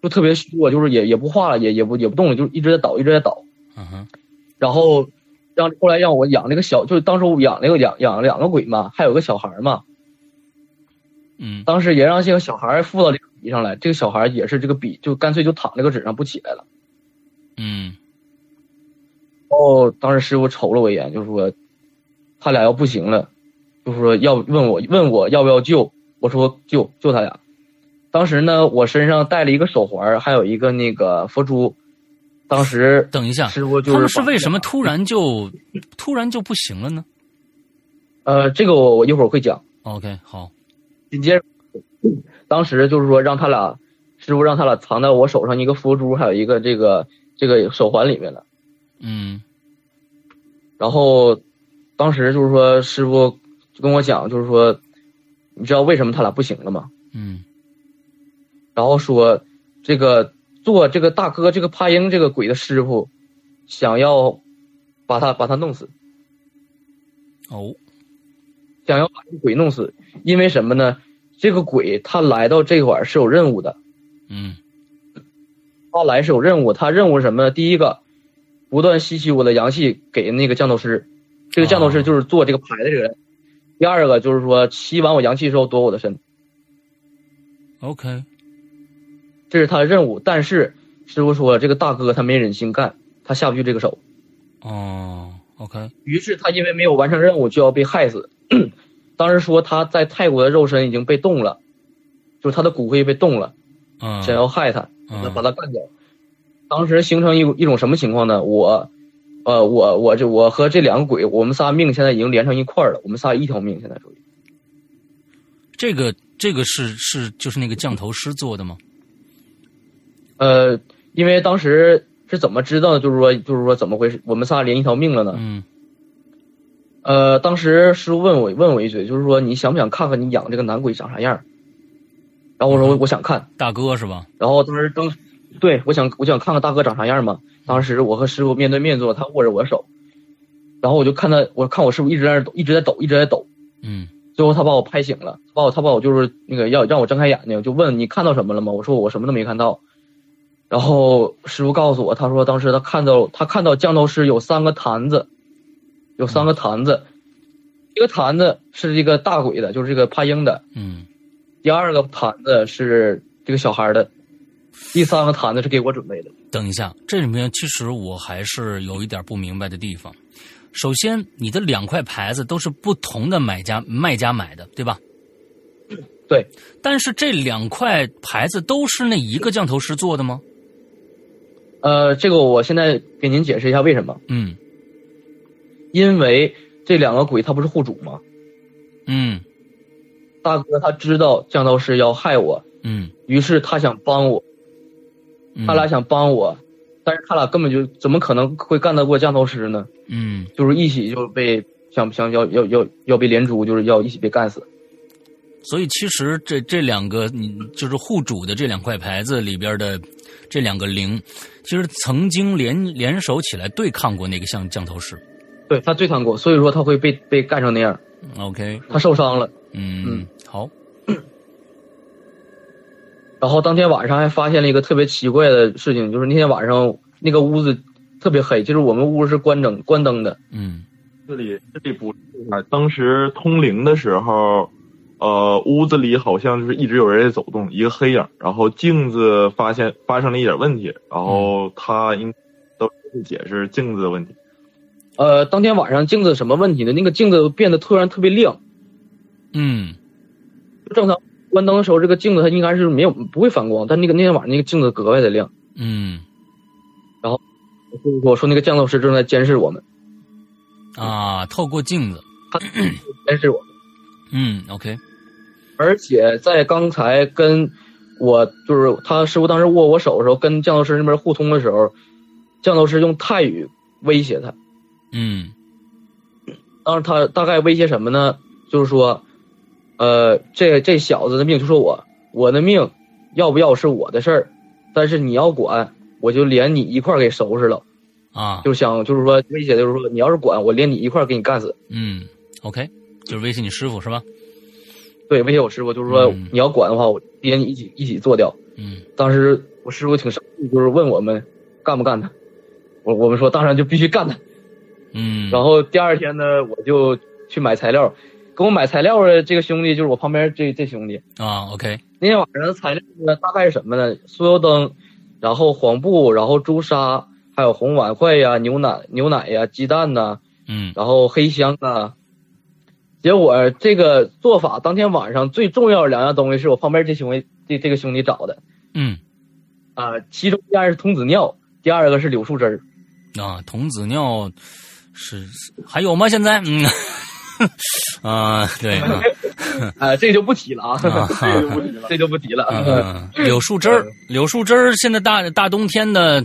就特别虚弱，就是也也不画了，也也不也不动了，就是一直在倒，一直在倒。
嗯哼，
然后让后来让我养那个小，就是当时我养那个养养了两个鬼嘛，还有个小孩嘛，
嗯
当时也让这个小孩附到这个笔上来，这个小孩也是这个笔就干脆就躺这个纸上不起来了。
嗯
然后当时师傅瞅了我一眼，就说他俩要不行了，就说要问我问我要不要救，我说救救他俩。当时呢，我身上带了一个手环，还有一个那个佛珠。当时
等一下，
师傅就是
他们是为什么
把
突然就突然就不行了呢
呃，这个我我一会儿会讲。
？OK，好，
紧接着， 当时就是说让他俩师傅让他俩藏在我手上一个佛珠，还有一个这个这个手环里面了。
嗯
然后当时就是说师傅就跟我讲，就是说你知道为什么他俩不行了吗？
嗯
然后说这个做这个大哥这个帕英这个鬼的师傅想要把他把他弄死，
哦，
想要把这个鬼弄死，因为什么呢？这个鬼他来到这块儿是有任务的，
嗯
他来是有任务，他任务是什么呢？第一个，不断吸取我的阳气给那个降头师，这个降头
哦
师就是做这个牌的这个人。第二个就是说吸完我阳气之后夺我的身，
，OK，
这是他的任务。但是师傅说这个大哥他没忍心干，他下不去这个手，
哦，OK，
于是他因为没有完成任务就要被害死。当时说他在泰国的肉身已经被冻了，就是他的骨灰被冻了，
嗯，
想要害他，
嗯
把他干掉。当时形成一一种什么情况呢？我，呃，我我这我和这两个鬼，我们仨命现在已经连成一块儿了，我们仨一条命现在属于。
这个这个是是就是那个降头师做的吗？
呃，因为当时是怎么知道的？就是说，就是说怎么回事？我们仨连一条命了呢？
嗯
呃，当时师傅问我问我一句，就是说你想不想看看你养这个男鬼长啥样儿？然后我说我我想看，，
大哥是吧？
然后当时当时，对我想我想看看大哥长啥样嘛。当时我和师傅面对面坐，他握着我的手，然后我就看他，我看我师傅一直在那儿抖，一直在抖，一直在抖。
嗯
最后他把我拍醒了，他把我他把我就是那个要让我睁开眼睛，就问你看到什么了吗？我说我什么都没看到。然后师傅告诉我，他说当时他看到他看到降头师有三个坛子，有三个坛子，一个坛子是这个大鬼的，就是这个帕英的，
嗯，
第二个盘子是这个小孩的，第三个盘子是给我准备的。
等一下，这里面其实我还是有一点不明白的地方。首先，你的两块牌子都是不同的买家卖家买的，对吧？
对，
但是这两块牌子都是那一个降头师做的吗？
呃，这个我现在给您解释一下为什么，
嗯
因为这两个鬼他不是护主吗？
嗯
大哥他知道降头师要害我，
嗯，
于是他想帮我，
嗯
他俩想帮我，但是他俩根本就怎么可能会干得过降头师呢？
嗯
就是一起就被想想要要要要被连珠，就是要一起被干死。
所以其实这这两个，你就是户主的这两块牌子里边的这两个零，其实曾经联联手起来对抗过那个降降头师。
对他对抗过，所以说他会被被干成那样，
OK，
他受伤了。
嗯，
嗯
好，
然后当天晚上还发现了一个特别奇怪的事情，就是那天晚上那个屋子特别黑，就是我们屋是关灯关灯的。
嗯
这里这里不是啊，当时通灵的时候，呃，屋子里好像就是一直有人在走动，一个黑影，然后镜子发现发生了一点问题，然
嗯
后他应都是解释镜子的问题。
呃，当天晚上镜子什么问题呢？那个镜子变得突然特别亮，
嗯
正常关灯的时候，这个镜子它应该是没有不会反光，但那个那天晚上那个镜子格外的亮。
嗯
所以说我说那个降头师正在监视我们，
啊，透过镜子，
监视我们，
嗯，OK，
而且在刚才跟我就是他师傅当时握我手的时候，跟降头师那边互通的时候，降头师用泰语威胁他。
嗯
当时他大概威胁什么呢？就是说，呃，这这小子的命就是我，我的命要不要是我的事儿，但是你要管，我就连你一块儿给收拾了。
啊，
就想就是说威胁，就是说你要是管我，连你一块儿给你干死。
嗯，OK，就是威胁你师傅是吧？
对，威胁我师傅，就是说、
嗯
你要管的话，我连你一起一起做掉。
嗯
当时我师傅挺生气，就是问我们干不干他。我我们说当然就必须干他。
嗯，
然后第二天呢，我就去买材料，给我买材料的这个兄弟就是我旁边这这兄弟。
啊，OK，
那天晚上的材料呢，大概是什么呢？酥油灯，然后黄布，然后朱砂，还有红碗筷呀、牛奶、牛奶呀、鸡蛋呐、
嗯
然后黑香啊。结果这个做法，当天晚上最重要的两样东西是我旁边这兄弟这这个兄弟找的
嗯
啊、其中一样是童子尿，第二个是柳树枝儿。
啊，童子尿是还有吗？现在嗯。 啊，对啊，
啊、这个就不提了啊，
啊
这个就不提了，这就不提了。呃
嗯，柳树枝儿，柳树枝儿，现在大大冬天的，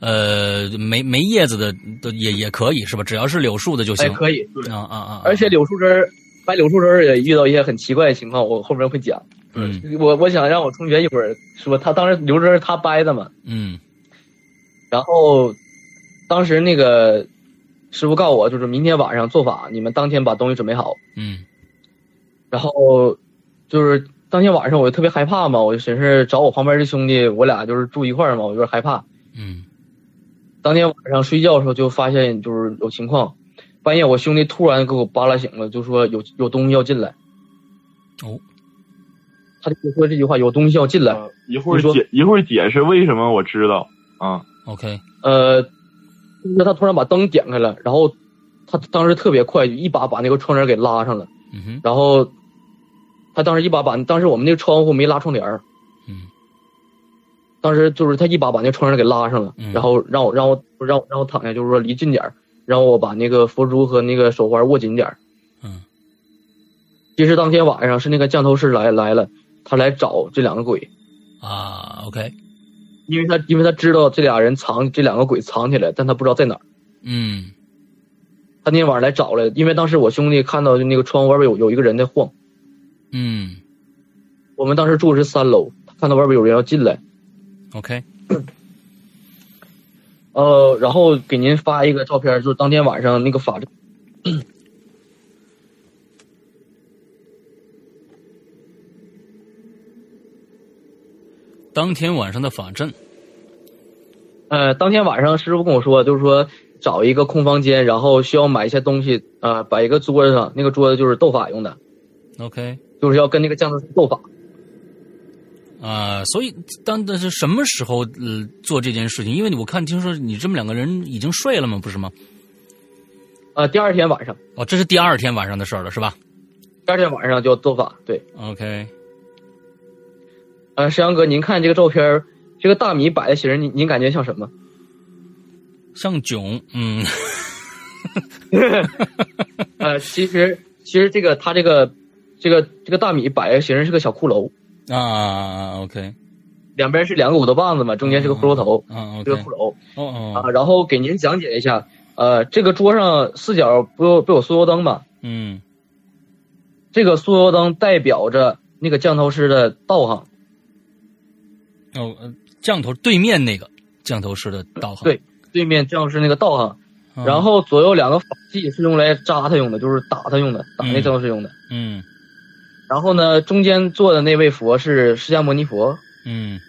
呃，没没叶子的都也也可以是吧？只要是柳树的就
哎，
行。
可以。
啊啊啊！
而且柳树枝儿，买柳树枝儿也遇到一些很奇怪的情况，我后面会讲。
嗯
我我想让我同学一会儿说，他当时柳树枝儿他掰的嘛，
嗯
然后当时那个师傅告我，就是明天晚上做法，你们当天把东西准备好。
嗯
然后就是当天晚上我就特别害怕嘛，我就寻思找我旁边这兄弟，我俩就是住一块儿嘛，我有点害怕。
嗯
当天晚上睡觉的时候就发现就是有情况，半夜我兄弟突然给我扒拉醒了，就说有有东西要进来。
哦，
他就说这句话，有东西要进来。
呃一会儿
你说
解一会儿解释为什么我知道啊，
，OK，
呃，就是他突然把灯点开了，然后他当时特别快，就一把把那个窗帘给拉上了。
嗯哼，
然后他当时一把把当时我们那个窗户没拉窗帘儿，
嗯，
当时就是他一把把那窗帘给拉上了，
嗯
然后让我让我让我让我躺下，就是说离近点儿，让我把那个佛珠和那个手环握紧点儿。
嗯，
其实当天晚上是那个降头师来来了，他来找这两个鬼，
啊，OK，
因为他因为他知道这俩人藏这两个鬼藏起来，但他不知道在哪儿。
嗯
他那天晚上来找了，因为当时我兄弟看到就那个窗户外边有有一个人在晃，
嗯
我们当时住的是三楼，他看到外边有人要进来，
，OK，
呃，然后给您发一个照片，就是当天晚上那个法阵。
当天晚上的法阵，
呃，当天晚上师傅跟我说，就是说找一个空房间，然后需要买一些东西，呃，摆一个桌子上，那个桌子就是斗法用的，
OK，
就是要跟那个降头师斗法。
啊、所以当但是什么时候呃做这件事情？因为我看听说你这么两个人已经睡了吗？不是吗？
呃，第二天晚上，
哦，这是第二天晚上的事儿了，是吧
第二天晚上就要斗法。对，
？OK，
呃，石阳哥，您看这个照片儿，这个大米摆的形儿，您您感觉 像什么？
像囧，嗯，
呃，其实其实这个它这个这个这个大米摆的形儿是个小骷髅，
啊，OK，
两边是两个骨头棒子嘛，中间是个骷髅头，
啊，OK，
这个骷髅。
哦哦，
啊，然后给您讲解一下，呃，这个桌上四角不有不有酥油灯吗？
嗯
这个酥油灯代表着那个降头师的道行，
哦，呃降头对面那个降头师的道行，
对对面降头师那个道行。
嗯
然后左右两个法器是用来扎他用的，就是打他用的，打那
嗯
降头师用的。
嗯
然后呢，中间坐的那位佛是释迦牟尼佛，
嗯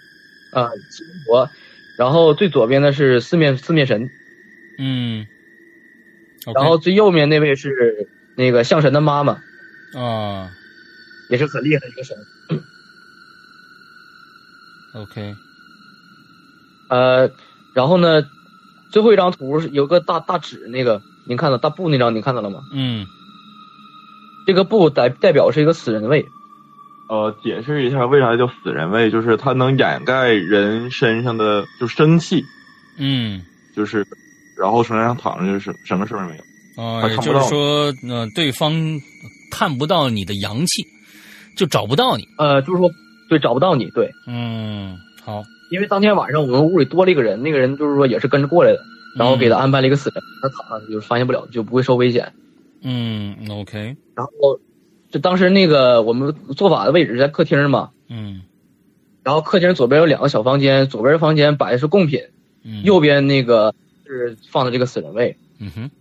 啊、释迦佛。然后最左边的是四面四面神，
嗯，OK，
然后最右面那位是那个象神的妈妈，
啊
也是很厉害的一个神。
，OK，
呃，然后呢，最后一张图是有个大大纸，那个您看到大布那张，您看到了吗？
嗯
这个布代代表是一个死人位，
呃，解释一下为啥叫死人位，就是它能掩盖人身上的就生气，
嗯。
就是，然后身上躺着就是什么事儿没有。
哦、
他
也
看不
就
到
是说，呃，对方看不到你的阳气，就找不到你。
呃，就是说对找不到你，对，
嗯，好，
因为当天晚上我们屋里多了一个人，那个人就是说也是跟着过来的，然后给他安排了一个死人，他躺上去就是发现不了，就不会受危险。
嗯，OK，
然后就当时那个我们做法的位置在客厅嘛，
嗯
然后客厅左边有两个小房间，左边房间摆的是贡品，
嗯，
右边那个是放的这个死人位。
嗯哼，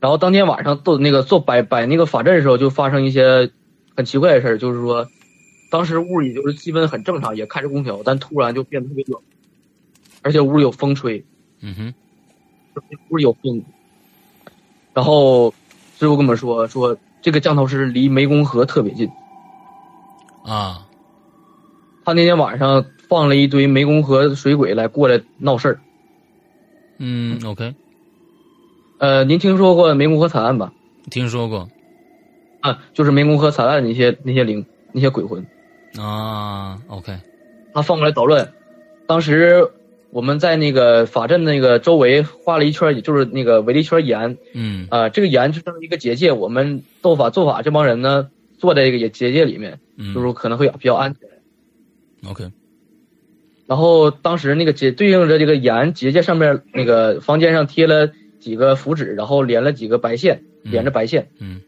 然后当天晚上做那个做摆摆那个法阵的时候，就发生一些很奇怪的事儿，就是说，当时屋里就是气氛很正常，也开着空调，但突然就变得特别冷，而且屋里有风吹，
嗯哼，
屋里有风。然后师傅跟我们说说，这个降头师离湄公河特别近，
啊，
他那天晚上放了一堆湄公河水鬼来过来闹事儿。
嗯，OK，
呃，您听说过湄公河惨案吧？
听说过
啊，就是湄公河惨案那些那些灵那些鬼魂。
啊，OK，
他放过来捣乱。当时我们在那个法阵那个周围画了一圈，也就是那个围了一圈盐
嗯
啊、这个盐就当一个结界。我们斗法做法这帮人呢，坐在这个也结界里面，
嗯
就是可能会比较安全。
，OK，
然后当时那个结对应着这个盐结界上面那个房间上贴了几个符纸，然后连了几个白线，
嗯
连着白线。
嗯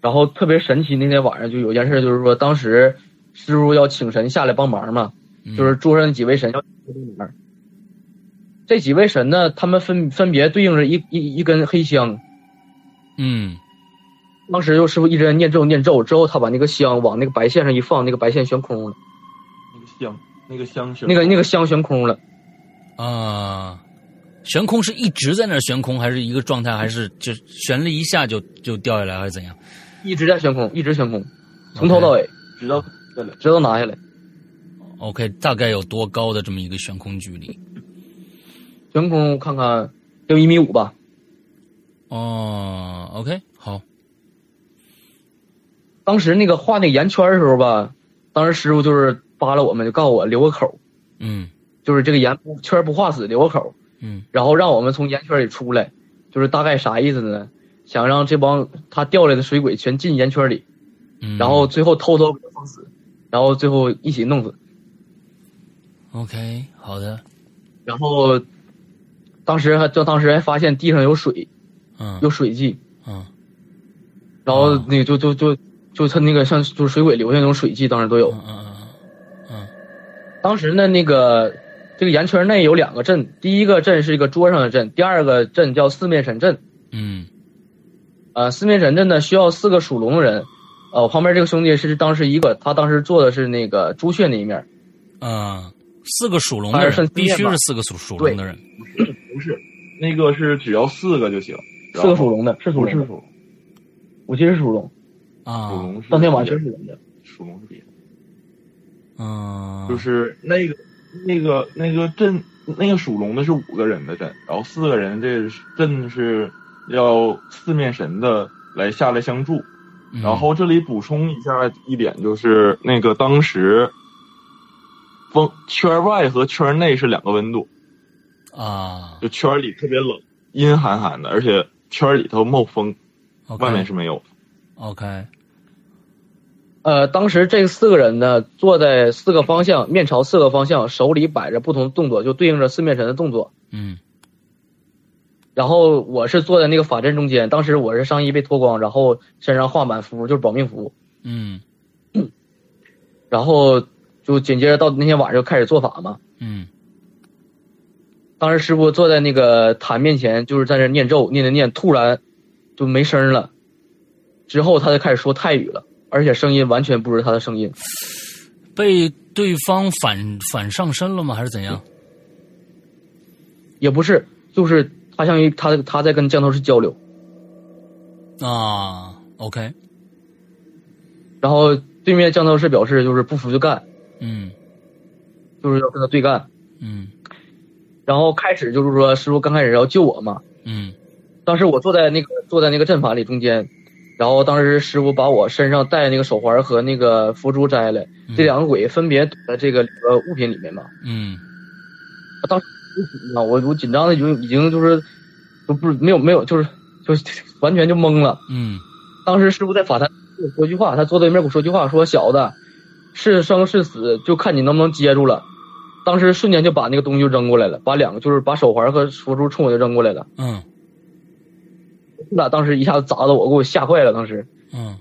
然后特别神奇，那天晚上就有件事，就是说当时师傅要请神下来帮忙嘛，
嗯
就是桌上的几位神要这几位神呢，他们分分别对应着一一一根黑香。
嗯
当时就师傅一直在念咒念咒，之后他把那个香往那个白线上一放，那个白线悬空了，
那个香，那个香是
那个那个香悬空了，
啊，悬空是一直在那儿悬空，还是一个状态，还是就悬了一下就就掉下来，还是怎样？
一直在悬空，一直悬空，从头到尾，
知道对了，
直到拿下来，
OK，大概有多高的这么一个悬空距离？
悬空看看有一米五吧。
哦，OK，好，
当时那个画那个圆圈的时候吧，当时师傅就是扒拉我们，就告诉我留个口，
嗯
就是这个圆圈不画死，留个口，
嗯
然后让我们从圆圈里出来，就是大概啥意思呢？想让这帮他调来的水鬼全进圆圈里，
嗯，
然后最后偷偷给他放死，然后最后一起弄死。
OK，好的，
然后当时还就当时还发现地上有水，
嗯
有水迹，
嗯
然后那个就就就就他那个像就是水鬼留下那种水迹，当时都有。
嗯嗯嗯
当时呢，那个这个盐圈内有两个镇，第一个镇是一个桌上的镇，第二个镇叫四面神镇。
嗯
呃，四面神镇呢需要四个属龙的人。呃，我旁边这个兄弟是当时一个，他当时做的是那个朱雀那一面，
嗯嗯，四个属龙的
反正剩
人
四
必须
面吧
是四个属属龙的人，
不是，那个是只要四个就行。
四个属龙的，是属
不是
龙的，
属
我记得是属龙。
啊，
属龙是
当天晚上是属龙的。
属龙是别的，
嗯，
就是那个那个那个镇，那个属龙的是五个人的镇，然后四个人这镇是要四面神的来下来相助。
嗯
然后这里补充一下一点，就是那个当时风圈外和圈内是两个温度，
啊
就圈里特别冷，阴寒寒的，而且圈里头冒风，
，OK，
外面是没有。
OK，
呃，当时这四个人呢，坐在四个方向，面朝四个方向，手里摆着不同动作，就对应着四面神的动作。
嗯
然后我是坐在那个法阵中间，当时我是上衣被脱光，然后身上画满符，就是保命符。
嗯
然后就紧接着到那天晚上就开始做法嘛。
嗯
当时师傅坐在那个坛面前，就是在那念咒，念着念，突然就没声儿了。之后他就开始说泰语了，而且声音完全不是他的声音。
被对方反反上身了吗？还是怎样？
也不是，就是他相当于他他在跟降头师交流，嗯
啊，OK，
然后对面降头师表示就是不服就干，
嗯
就是要跟他对干。
嗯
然后开始就是说师傅刚开始要救我嘛，
嗯
当时我坐在那个坐在那个阵法里中间，然后当时师傅把我身上戴那个手环和那个佛珠摘了，
嗯
这两个鬼分别躲在这个呃物品里面嘛。
嗯
啊，我我紧张的已经已经就是都不没有没有就是就是 完全就懵了。
嗯
当时师傅在法坛跟我说句话，他坐对面跟我说句话，说小子，是生是死就看你能不能接住了。当时瞬间就把那个东西就扔过来了，把两个就是把手环和佛珠冲我就扔过来了，
嗯
他俩当时一下子砸的我，给我吓坏了。当时
嗯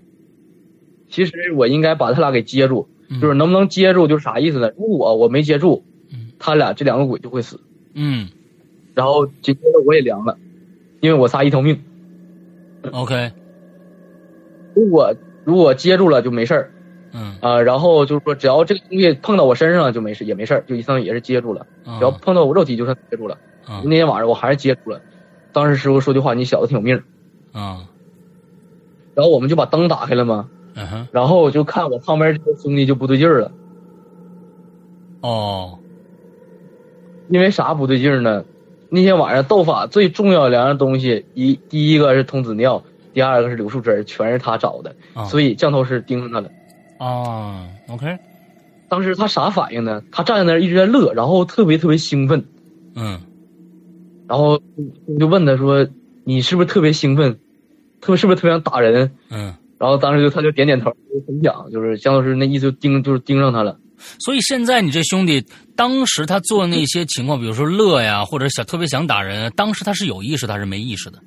其实我应该把他俩给接住，
嗯，
就是能不能接住就是啥意思呢？如果我没接住
嗯，
他俩这两个鬼就会死。
嗯
然后紧接着我也凉了，因为我仨一条命。
OK，
如果如果接住了就没事儿
嗯
啊、呃然后就是说只要这个东西碰到我身上就没事，也没事儿，就相当于也是接住了。
啊
只要碰到我肉体就算接住了。
啊
那天晚上我还是接住了。当时师傅说句话：“你小子挺有命儿。
啊”
然后我们就把灯打开了嘛，
嗯哼
然后我就看我旁边这个兄弟就不对劲儿了，
哦
因为啥不对劲儿呢？那天晚上斗法最重要的两样东西，一第一个是童子尿，第二个是柳树枝儿，全是他找的，
啊
所以降头师盯上他了。
啊 OK，
当时他啥反应呢？他站在那儿一直在乐，然后特别特别兴奋，
嗯
然后我就问他说：“你是不是特别兴奋？特别是不是特别想打人
嗯，？”
然后当时就他就点点头，就很想，就是江老师那意思就盯就是盯上他了。
所以现在你这兄弟当时他做那些情况，比如说乐呀，或者想特别想打人，当时他是有意识的还是没意识的？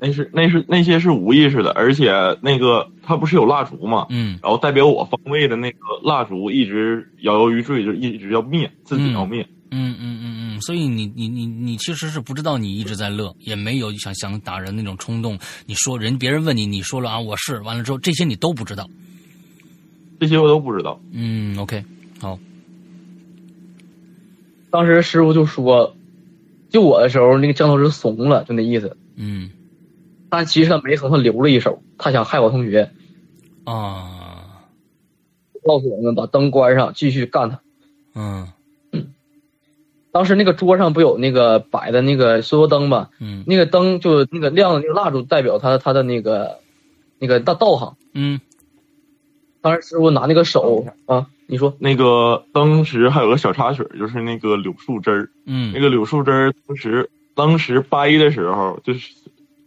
那是那是那些是无意识的，而且那个他不是有蜡烛嘛，
嗯
然后代表我方位的那个蜡烛一直摇摇欲坠，就一直要灭，自己要灭。
嗯嗯嗯嗯，所以你你你你其实是不知道你一直在乐，也没有想想打人那种冲动。你说人别人问你，你说了啊我是，完了之后这些你都不知道。
这些我都不知道。
嗯，OK，
当时师傅就说：“救我的时候，那个江老师怂了，就那意思。
嗯
但其实他没怂，他留了一手，他想害我同学。
啊
告诉我们把灯关上，继续干他。
嗯
当时那个桌上不有那个摆的那个酥油灯嘛，
嗯
那个灯就那个亮的那个蜡烛代表他他的那个那个大道行。
嗯
当时师傅拿那个手啊，你说
那个当时还有个小插曲，就是那个柳树枝儿，
嗯
那个柳树枝儿当时当时掰的时候，就是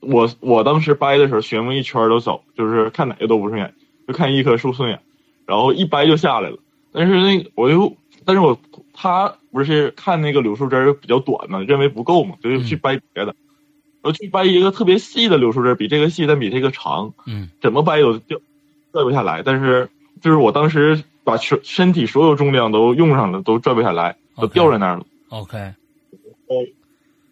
我我当时掰的时候旋风一圈儿都走，就是看哪个都不顺眼，就看一棵树顺眼，然后一掰就下来了。但是那个我就，但是我他不是看那个柳树枝儿比较短嘛，认为不够嘛，就
嗯
去掰别的，然后去掰一个特别细的柳树枝儿，比这个细但比这个长，
嗯
怎么掰都掉拽不下来。但是就是我当时把全身体所有重量都用上了，都拽不下来，都
OK
掉在那儿了。
，OK，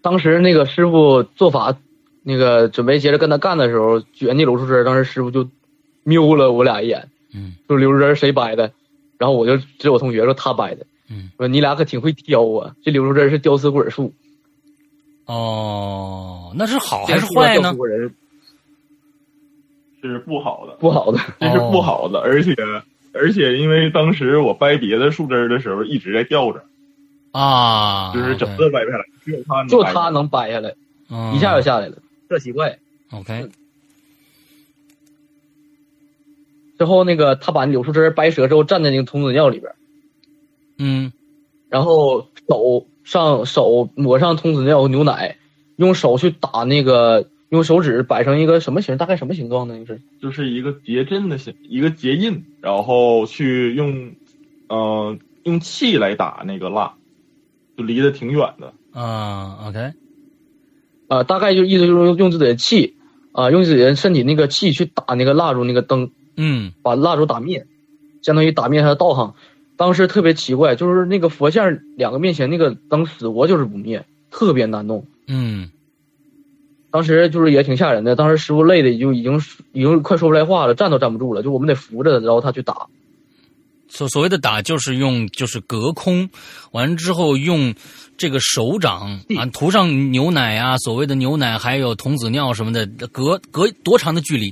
当时那个师傅做法，那个准备接着跟他干的时候，举那柳树枝儿，当时师傅就瞄了我俩一眼，
嗯
说柳树枝儿谁掰的？然后我就指我同学说他掰的，
嗯，
说你俩可挺会挑啊，这柳树枝儿是吊死鬼树，
哦，那是好还是坏
吊
呢
死？啊鬼人
是不好的，
不好的，
这是
哦
不好的，而且而且因为当时我掰别的树枝儿的时候一直在吊着，
啊，
就是整个掰不下来，只有它
就他能掰下来，
对
一下就下来了，这奇怪。
嗯哦 OK，
之后那个他把柳树枝儿掰折之后，站在那个童子尿里边儿，
嗯
然后手上手抹上童子尿牛奶，用手去打那个，用手指摆成一个什么形，大概什么形状呢？就是
就是一个结阵的形，一个结印，然后去用，呃，用气来打那个蜡，就离得挺远的。
啊，OK，
呃，大概就意思就是用用自己的气，啊、用自己的身体那个气去打那个蜡烛那个灯，
嗯
把蜡烛打灭，相当于打灭他的道行。当时特别奇怪，就是那个佛像两个面前那个灯死活就是不灭，特别难弄。
嗯
当时就是也挺吓人的，当时师傅累的就已经已经快说不来话了，站都站不住了，就我们得扶着，然后他去打。
所所谓的打就是用就是隔空，完之后用这个手掌啊涂上牛奶啊，所谓的牛奶还有童子尿什么的，隔隔多长的距离？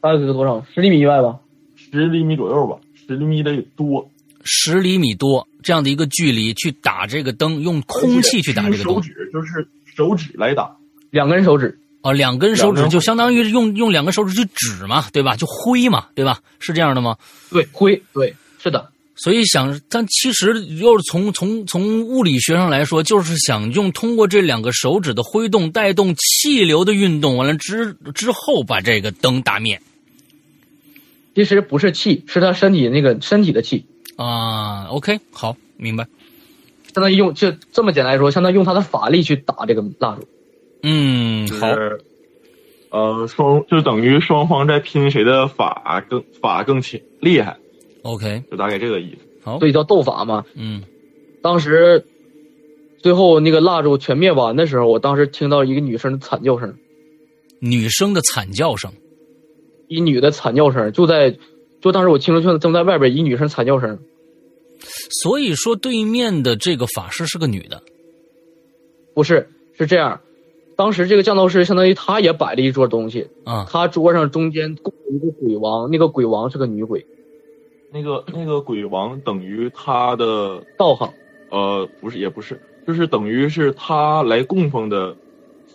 大概隔多少？十厘米以外吧。
十厘米左右吧，十厘米得多。
十厘米多这样的一个距离去打这个灯，用空气去打这个
用手
灯。
指就是手指来打，
两根手指，
哦，两根手
两
指
根
就相当于用用两根手指去指嘛，对吧？就挥嘛，对吧？是这样的吗？
对，挥，对，是的，
所以想，但其实又是从从从物理学上来说，就是想用通过这两个手指的挥动带动气流的运动，完了之之后把这个灯打灭
其实不是气，是他身体那个身体的气，
啊。OK，好，明白。
相当于用就这么简单来说，相当于用他的法力去打这个蜡烛。
嗯，好，
就是，呃，双就等于双方在拼谁的法更法更强厉害，
，OK，
就大概这个意思。
好
所，以叫斗法嘛。
嗯
当时最后那个蜡烛全灭完的时候，我当时听到一个女生的惨叫声，
女生的惨叫声，
一女的惨叫声，就在就当时我听着正在外边一女生惨叫声，
所以说对面的这个法师是个女的。
不是是这样。当时这个降头师相当于他也摆了一桌东西，
啊，
他桌上中间供了一个鬼王，那个鬼王是个女鬼，
那个那个鬼王等于他的
道行
呃，不是也不是，就是等于是他来供奉的、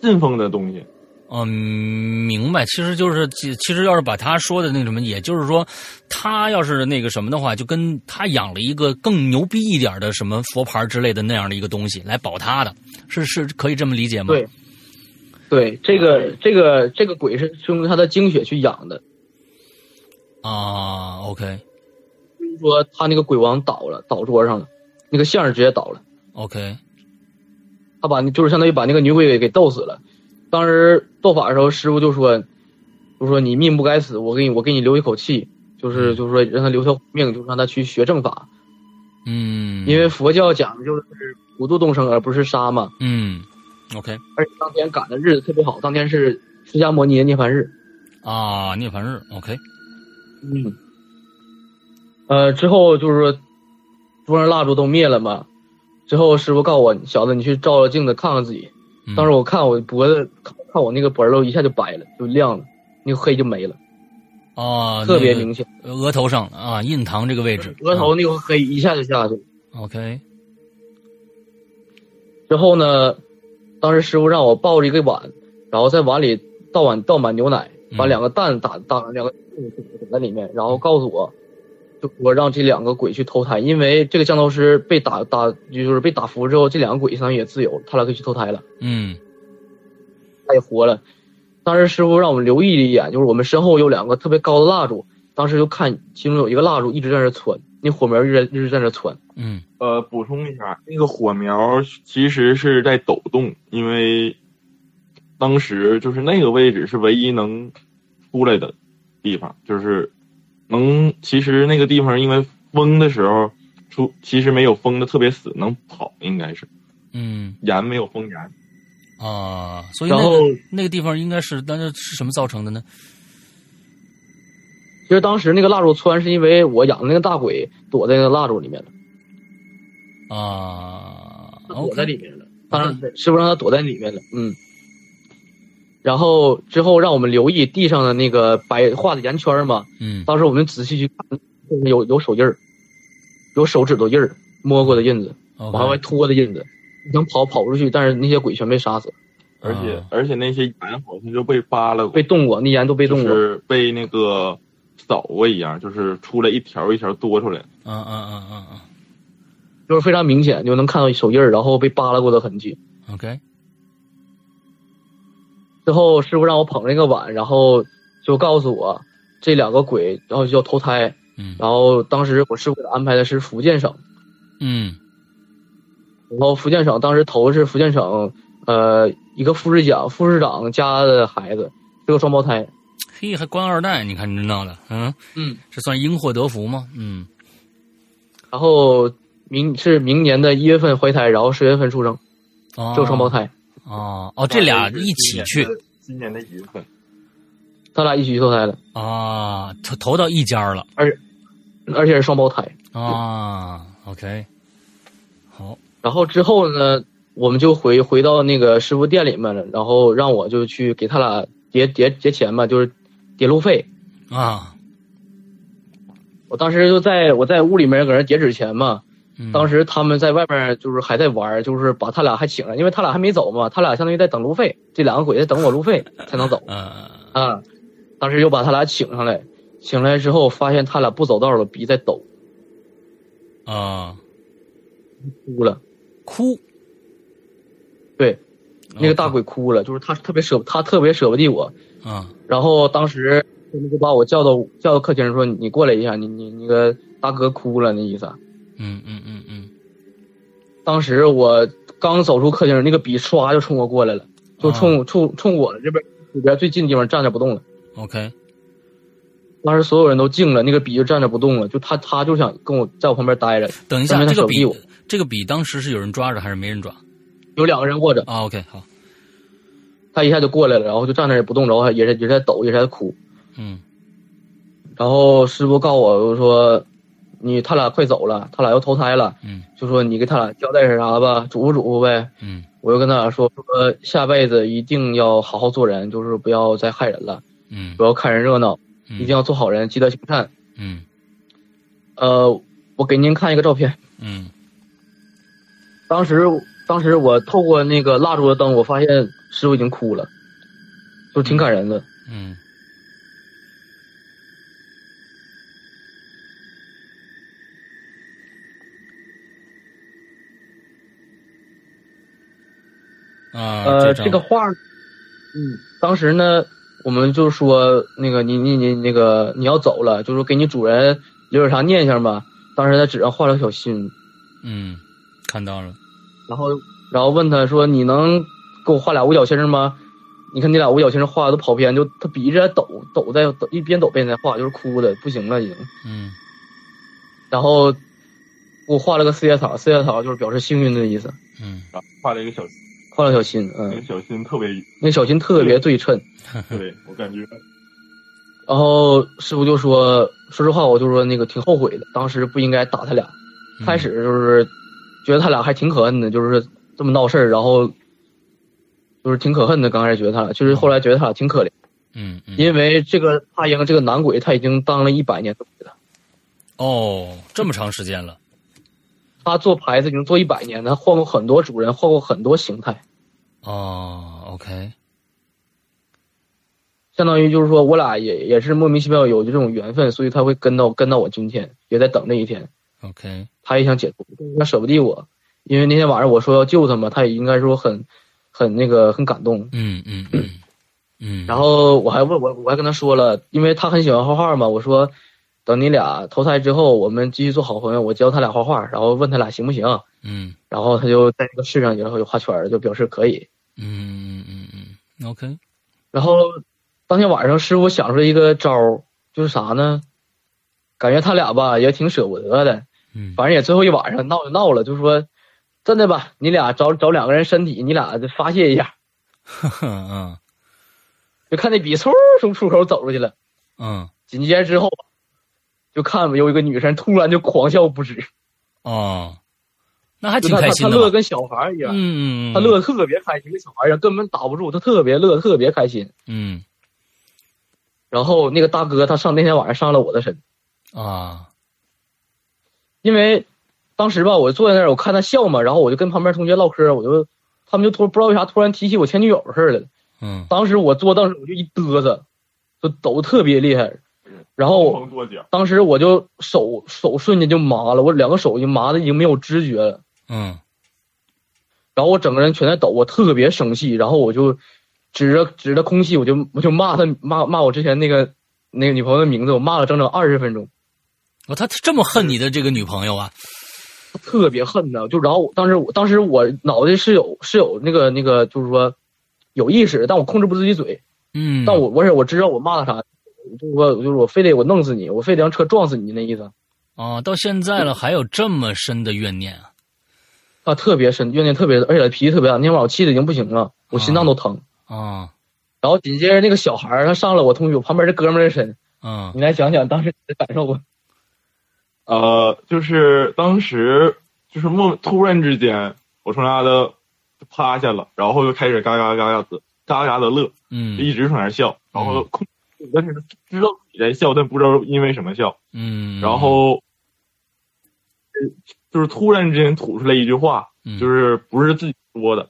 信奉的东西。
嗯，明白。其实就是，其其实要是把他说的那什么，也就是说，他要是那个什么的话，就跟他养了一个更牛逼一点的什么佛牌之类的那样的一个东西来保他的，是是可以这么理解吗？
对，对，这个这个这个鬼是是用他的精血去养的。
啊，OK
比如说他那个鬼王倒了，倒桌上了，那个像儿直接倒了，
OK，
他把那就是相当于把那个女鬼给给斗死了。当时斗法的时候，师傅就说，就说你命不该死，我给你我给你留一口气，就是就是说让他留条命，就让他去学正法，
嗯，
因为佛教讲的就是普度众生而不是杀嘛。
嗯，OK
而且当天赶的日子特别好，当天是释迦摩尼的涅槃日。
啊，涅槃日 OK，
嗯，呃，之后就是说，桌上蜡烛都灭了嘛。之后师傅告诉我，小子，你去照照镜子看看自己。
嗯
当时我看我脖子，看看我那个脖儿都一下就白了，就亮了，那个黑就没了，
啊，
特别
那个啊
明显。
额头上啊，印堂这个位置，
额头那个黑一下就下去了。
嗯 OK，
之后呢，当时师傅让我抱着一个碗，然后在碗里倒碗倒满牛奶，
嗯
把两个蛋打打两个嗯在里面，然后告诉我，就说让这两个鬼去投胎，因为这个降头师被打打就是被打服之后，这两个鬼相当于也自由，他俩可以去投胎了，
嗯
他也活了。当时师傅让我们留意了一眼，就是我们身后有两个特别高的蜡烛，当时就看其中有一个蜡烛一直在那窜，那火苗一直在一直在那窜。
嗯
呃，补充一下，那个火苗其实是在抖动，因为当时就是那个位置是唯一能出来的地方，就是能。其实那个地方因为风的时候出，其实没有封的特别死，能跑应该是
嗯
严没有封严。
啊，所以
然
那
后
个那个地方应该是，但是是什么造成的呢？
其实当时那个蜡烛窜是因为我养的那个大鬼躲在那个蜡烛里面了，
啊
躲在
，OK，
里面了。当然，师傅让他躲在里面了。嗯。然后之后让我们留意地上的那个白画的圆圈嘛，
嗯
当时我们仔细去看，有有手印儿，有手指头印儿，摸过的印子，往外
，OK，
拖的印子。想跑跑出去，但是那些鬼全被杀死，
而且、
啊
而且那些盐好像就被扒拉过，
被动过，那盐都被
就
动过。
是被那个扫过一样，就是出来一条一条多出来。
嗯嗯嗯嗯嗯
就是非常明显，就能看到手印儿，然后被扒拉过的痕迹。
嗯，OK，
之后师傅让我捧着一个碗，然后就告诉我这两个鬼，然后就要投胎。
嗯
然后当时我师傅给他安排的是福建省，
嗯
然后福建省当时投的是福建省，呃，一个副市长副市长家的孩子，是个双胞胎。
嘿，还官二代，你看你这闹的，嗯，
嗯，
这算因祸得福吗？嗯
然后明是明年的一月份怀胎，然后十月份出生，
哦，
这个双胞胎，
哦哦，这俩一起去
今年的一月份，
他俩一起去投胎的，
啊，投投到一家了
而且是双胞胎。
啊，OK，好，
然后之后呢，我们就回回到那个师傅店里面了，然后让我就去给他俩叠叠叠钱嘛，就是叠路费。
啊，
我当时就在我在屋里面搁那叠纸钱嘛，
嗯
当时他们在外面就是还在玩，就是把他俩还请了，因为他俩还没走嘛，他俩相当于在等路费，这两个鬼在等我路费才能走
呃
啊。当时又把他俩请上来，请来之后发现他俩不走道了，鼻在抖，
啊，
哭了。
哭，
对，那个大鬼哭了，就是他特别舍他特别舍不得我，
啊
然后当时他们就把我叫到叫到客厅说：“你过来一下，你你那个大哥哭了，那意思。
嗯嗯嗯嗯，”
当时我刚走出客厅，那个笔唰就冲我过来了，就冲、冲冲我这边这边最近的地方站着不动了。
，OK，
当时所有人都静了，那个笔就站着不动了，就他他就想跟我在我旁边待着，
等一
上
下，这
面
个
他手
笔
臂我，
这个笔当时是有人抓着还是没人抓？
有两个人握着，
啊，OK，好，
他一下就过来了，然后就站那也不动，然后还也是也是在抖，也是在哭。
嗯
然后师傅告我，我说你他俩快走了，他俩要投胎了，
嗯
就说你给他俩交代点啥吧，嘱咐嘱咐呗。
嗯
我就跟他俩说说，下辈子一定要好好做人，就是不要再害人了，
嗯
不要看人热闹，一
嗯
定要做好人，积德行善。
嗯
呃，我给您看一个照片，
嗯
当时当时我透过那个蜡烛的灯，我发现师傅已经哭了，就挺感人的。
嗯，啊，
呃，
张
这个画，嗯，当时呢，我们就说那个你你你那个你要走了，就说给你主人留点啥念想吧。当时在纸上画了个小心，
嗯，看到了，
然后然后问他说：“你能给我画俩五角星儿吗？”你看那俩五角星儿画的都跑偏，就他鼻一直在抖抖在抖，一边抖边在画，就是哭的不行了已经。
嗯
然后我画了个四叶草，四叶草就是表示幸运的意思，
嗯
啊画了一个小
画了小心，
那个
嗯，
小心特别
那个小心特别对称。
嗯
对，我感觉
然后师傅就说：“说实话，我就说那个挺后悔的，当时不应该打他俩。
嗯
开始就是觉得他俩还挺可恨的，就是这么闹事儿，然后就是挺可恨的。刚开始觉得他俩，就是后来觉得他俩挺可怜。”
嗯嗯，
因为这个大英这个男鬼他已经当了一百年的鬼了，
哦，这么长时间了，
他做牌子已经做一百年了，他换过很多主人，换过很多形态，
哦，OK，
相当于就是说我俩也也是莫名其妙有这种缘分，所以他会跟到跟到我今天，也在等这一天。
OK，
他也想解脱，他舍不得我，因为那天晚上我说要救他嘛，他也应该说很很那个很感动。
嗯嗯嗯嗯，
然后我还问我我还跟他说了，因为他很喜欢画画嘛，我说等你俩投胎之后，我们继续做好朋友，我教他俩画画，然后问他俩行不行。
嗯
然后他就在这个世上，然后就画圈儿，就表示可以。
嗯嗯嗯嗯，OK，
然后当天晚上，师傅想出了一个招儿，就是啥呢？感觉他俩吧也挺舍不得的，
嗯
反正也最后一晚上闹就闹了，就说真的吧，你俩找找两个人身体，你俩就发泄一下。
嗯
就看那笔嗖从出口走出去了，
嗯
紧接着之后，就看有一个女生突然就狂笑不止，
哦，那还
就
挺
看
开
她
心
她
的
乐得
嘛。
跟小孩儿一样，
嗯嗯，
她乐得特别开心，跟小孩儿一样，根本打不住，她特别乐，特别开心。
嗯
然后那个大哥他上那天晚上上了我的身，
啊
因为当时吧，我坐在那儿，我看他笑嘛，然后我就跟旁边同学唠嗑，我就他们就突不知道为啥突然提起我前女友的事儿来了。
嗯
当时我坐，当时我就一嘚瑟，就抖得特别厉害，然
哦
疯
后
狂跺脚，
当时我就手手瞬间就麻了，我两个手就麻的已经没有知觉了，
嗯
然后我整个人全在抖，我特别生气，然后我就指着指着空气，我就我就骂他骂骂我之前那个那个女朋友的名字，我骂了整整二十分钟。
哦，他这么恨你的这个女朋友啊？
特别恨的，就然后当时我当时我脑袋是有是有那个那个就是说有意识，但我控制不住自己嘴，
嗯，
但我我是我知道我骂他啥，就是说就是我非得我弄死你，我非得让车撞死你那意思，
啊，到现在了还有这么深的怨念啊？
啊特别深，怨念特别，而且脾气特别大，那天晚上我气的已经不行了，我心脏都疼。
啊
然后紧接着那个小孩儿他上了我同学我旁边这哥们儿的身，
嗯
你来讲讲当时你的感受吧。
呃，就是当时就是莫突然之间，我从那的趴下了，然后就开始嘎嘎嘎嘎的嘎嘎的乐，就
嗯
一直从那儿笑，然后控，但是知道自己在笑，但不知道因为什么笑，
嗯，
然后，呃就是突然之间吐出来一句话，
嗯
就是不是自己说的，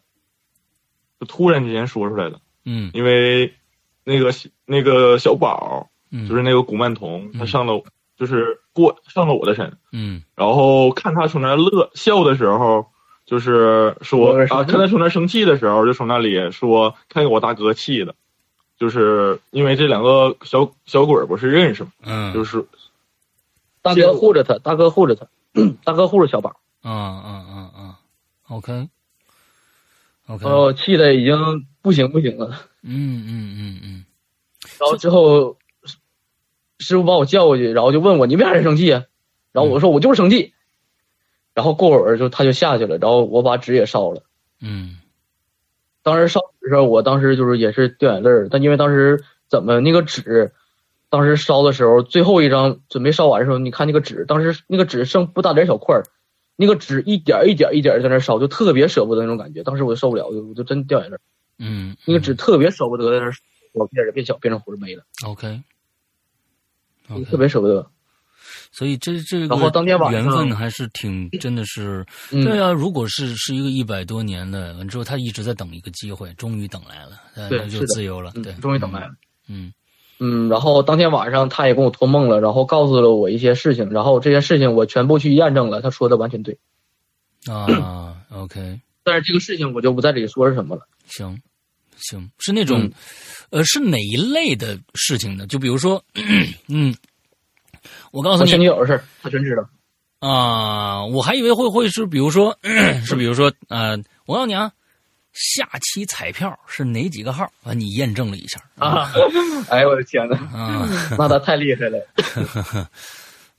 就突然之间说出来的，
嗯
因为那个小那个小宝，
嗯
就是那个古曼童，他上了就是过上了我的身，
嗯
然后看他从那乐笑的时候，就是说
我是
啊，看他从那生气的时候，就从那里说看给我大哥气的，就是因为这两个小小鬼儿不是认识吗？
嗯，
就是是
大
谢谢
哥
我
护着他，大哥护着他，大哥护着小宝。
嗯嗯嗯嗯，OK OK，
然后气的已经不行不行了。
嗯嗯嗯嗯
然后之后，师傅把我叫过去，然后就问我你为啥生气啊？然后我说我就是生气。然后过会儿就他就下去了，然后我把纸也烧了。
嗯
当时烧纸的时候，我当时就是也是掉眼泪儿，但因为当时怎么那个纸，当时烧的时候最后一张准备烧完的时候，你看那个纸，当时那个纸剩不大点儿小块儿，那个纸一点儿一点儿一点儿在那儿烧，就特别舍不得那种感觉。当时我就受不了，我就我就真掉眼泪儿，
嗯，
那个纸特别舍不得在那儿烧，我变着变小变成胡子没了，
OK。
嗯特别舍不得。
所以这这个
然后当天晚上
缘分还是挺真的是，
嗯
对啊，如果是是一个一百多年的，完之后他一直在等一个机会，终于等来了，呃
对
那
是
就
的
自由了，
嗯
对，
终于等来了。
嗯，
嗯，然后当天晚上他也跟我托梦了，然后告诉了我一些事情，然后这些事情我全部去验证了，他说的完全对。
嗯啊，OK，
但是这个事情我就不在这里说是什么了。
行，行，是那种
嗯，
呃，是哪一类的事情呢？就比如说， 嗯，我告诉
我
你
前女，友的事儿，他全知道。
啊、我还以为会会是，比如说 是，比如说，呃，我告诉你啊，下期彩票是哪几个号啊？你验证了一下啊
哎呦我的天呐，
啊，
那他太厉害了。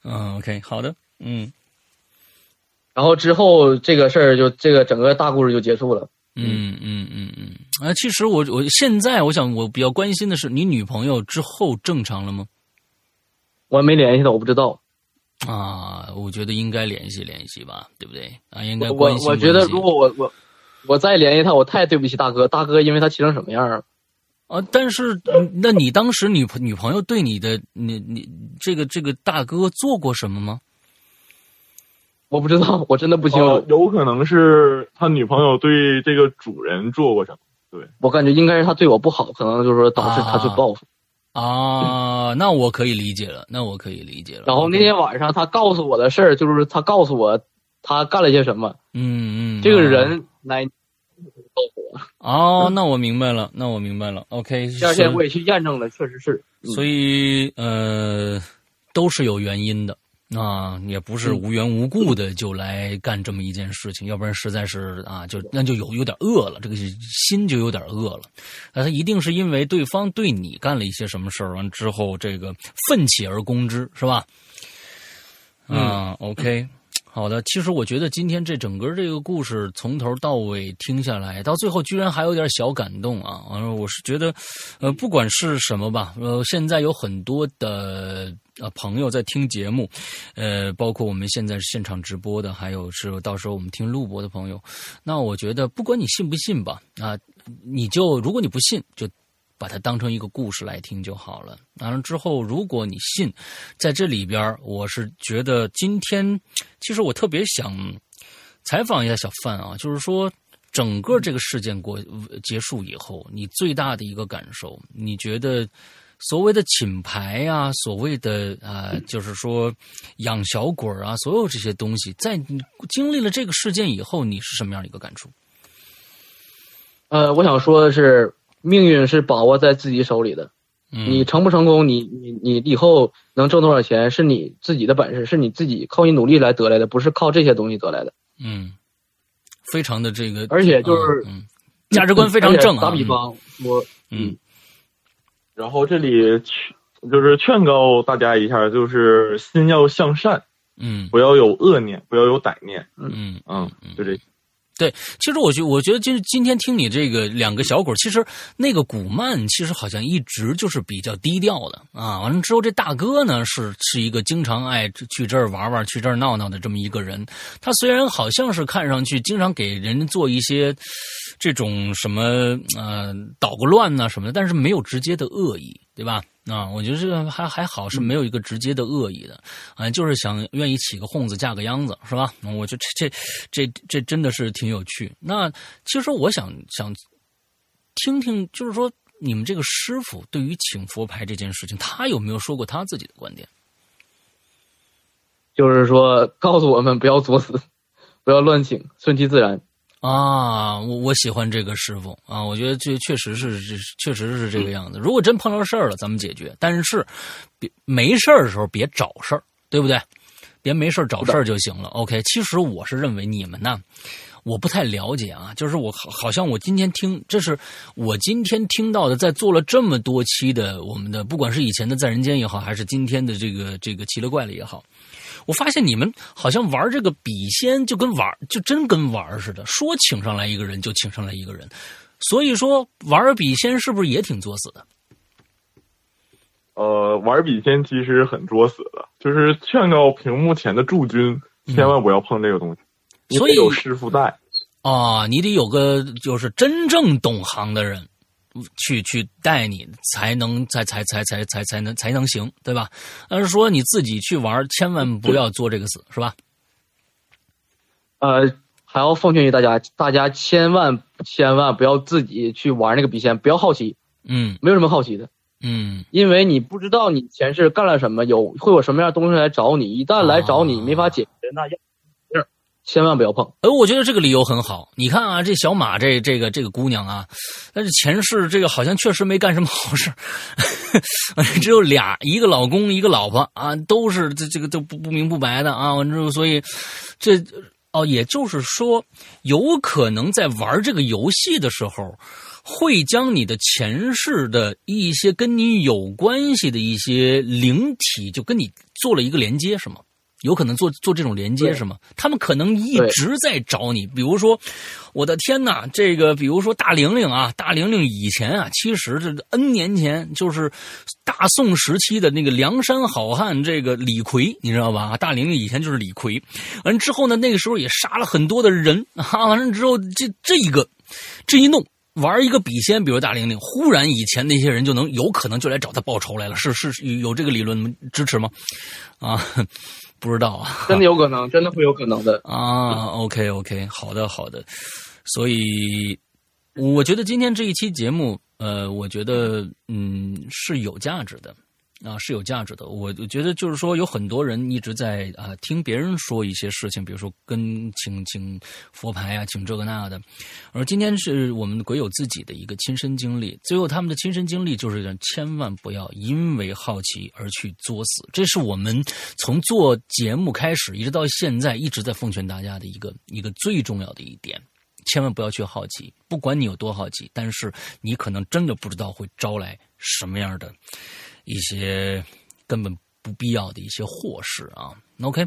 嗯，OK，好的，嗯
然后之后这个事儿就这个整个大故事就结束了。
嗯嗯嗯嗯，啊，其实我我现在我想我比较关心的是，你女朋友之后正常了吗？
我还没联系他，我不知道。
啊，我觉得应该联系联系吧，对不对？啊，应该
我
关
我
心
我觉得
关心
如果我我我再联系他，我太对不起大哥。大哥因为他气成什么样儿，
啊，但是嗯那你当时女朋女朋友对你的你你这个这个大哥做过什么吗？
我不知道，我真的不清楚。
哦
呃有可能是他女朋友对这个主人做过什么。
我感觉应该是他对我不好，可能就是说导致他去报复。
啊，那我可以理解了，那我可以理解了。
然后那天晚上他告诉我的事儿，就是他告诉我他干了些什么。
嗯，嗯嗯，
这个人来
哦，那我明白了，那我明白了。OK，
第二天我也去验证了，确实是。嗯
所以呃，都是有原因的。啊，也不是无缘无故的就来干这么一件事情，要不然实在是啊，就那就有有点饿了，这个心就有点饿了。那他一定是因为对方对你干了一些什么事儿，完之后这个奋起而攻之，是吧？啊、o k 好的。其实我觉得今天这整个这个故事从头到尾听下来，到最后居然还有点小感动啊！呃我是觉得，呃，不管是什么吧，呃，现在有很多的呃朋友在听节目，呃，包括我们现在现场直播的，还有是到时候我们听录播的朋友，那我觉得不管你信不信吧，啊，你就如果你不信，就把它当成一个故事来听就好了。完了之后，如果你信，在这里边儿，我是觉得今天其实我特别想采访一下小范啊，就是说。整个这个事件过结束以后，你最大的一个感受，你觉得所谓的请牌啊，所谓的啊、呃就是说养小鬼儿啊，所有这些东西，在你经历了这个事件以后，你是什么样的一个感触？
呃，我想说的是，命运是把握在自己手里的。
嗯，
你成不成功，你你你以后能挣多少钱，是你自己的本事，是你自己靠你努力来得来的，不是靠这些东西得来的。
嗯，非常的这个，
而且就是
嗯嗯价值观非常正啊。
打比方，我
嗯，
然后这里劝就是劝告大家一下，就是心要向善，
嗯
不要有恶念，不要有歹念。
嗯嗯，
嗯，就这。
其实我觉我觉得就是今天听你这个两个小鬼儿，其实那个古曼其实好像一直就是比较低调的啊。完了之后，这大哥呢是是一个经常爱去这儿玩玩、去这儿闹闹的这么一个人。他虽然好像是看上去经常给人做一些这种什么呃捣个乱呐、什么的，但是没有直接的恶意，对吧？啊，我觉得这个还还好，是没有一个直接的恶意的，啊，就是想愿意起个哄子嫁个秧子，是吧？嗯我觉得这这这这真的是挺有趣。那其实我想想听听，就是说你们这个师傅对于请佛牌这件事情，他有没有说过他自己的观点？
就是说告诉我们不要作死，不要乱请，顺其自然。
啊，我我喜欢这个师傅啊，我觉得这确实是这确实是这个样子。如果真碰到事儿了，咱们解决，但是别没事儿的时候别找事儿，对不对？别没事儿找事儿就行了。OK，其实我是认为你们呢，我不太了解啊，就是我好好像我今天听，这是我今天听到的，在做了这么多期的我们的，不管是以前的在人间也好，还是今天的这个这个奇了怪了也好，我发现你们好像玩这个笔仙就跟玩儿，就真跟玩儿似的，说请上来一个人就请上来一个人，所以说玩笔仙是不是也挺作死的？
呃，玩笔仙其实很作死的，就是劝告屏幕前的驻军，
嗯
千万不要碰这个东西，因
所
为
以
有师傅在。
啊，你得有个就是真正懂行的人。去去带你才能才才才才才才能才能行，对吧？而是说你自己去玩儿，千万不要做这个死，是吧？
呃，还要奉劝于大家，大家千万千万不要自己去玩那个笔仙，不要好奇，
嗯
没有什么好奇的，
嗯，
因为你不知道你前世干了什么，有会有什么样的东西来找你，一旦来找你
啊
没法解决，那要千万不要碰。
哎，我觉得这个理由很好。你看啊，这小马这这个这个姑娘啊，但是前世这个好像确实没干什么好事儿， 只有俩，一个老公，一个老婆啊，都是这这个都不不明不白的啊。完之后，所以这哦，也就是说，有可能在玩这个游戏的时候，会将你的前世的一些跟你有关系的一些灵体，就跟你做了一个连接，是吗？有可能做做这种连接
对
是吗？他们可能一
对
直在找你，比如说，我的天呐，这个比如说大玲玲啊，大玲玲以前啊，其实这 N 年前就是大宋时期的那个梁山好汉这个李逵，你知道吧？大玲玲以前就是李逵，完了之后呢，那个时候也杀了很多的人啊，完了之后这这一个这一弄。玩一个笔仙，比如大玲玲，忽然以前那些人就能有可能就来找他报仇来了，是是是有这个理论支持吗？啊，不知道啊，
真的有可能，真的会有可能的。
啊，OK OK，好的好的，所以我觉得今天这一期节目，呃，我觉得嗯是有价值的。啊，是有价值的。我我觉得就是说，有很多人一直在啊听别人说一些事情，比如说跟请请佛牌啊，请这个那的。而今天是我们鬼友自己的一个亲身经历，最后他们的亲身经历就是千万不要因为好奇而去作死。这是我们从做节目开始一直到现在一直在奉劝大家的一个 一个最重要的一点。千万不要去好奇，不管你有多好奇，但是你可能真的不知道会招来什么样的一些根本不必要的一些祸事啊。OK，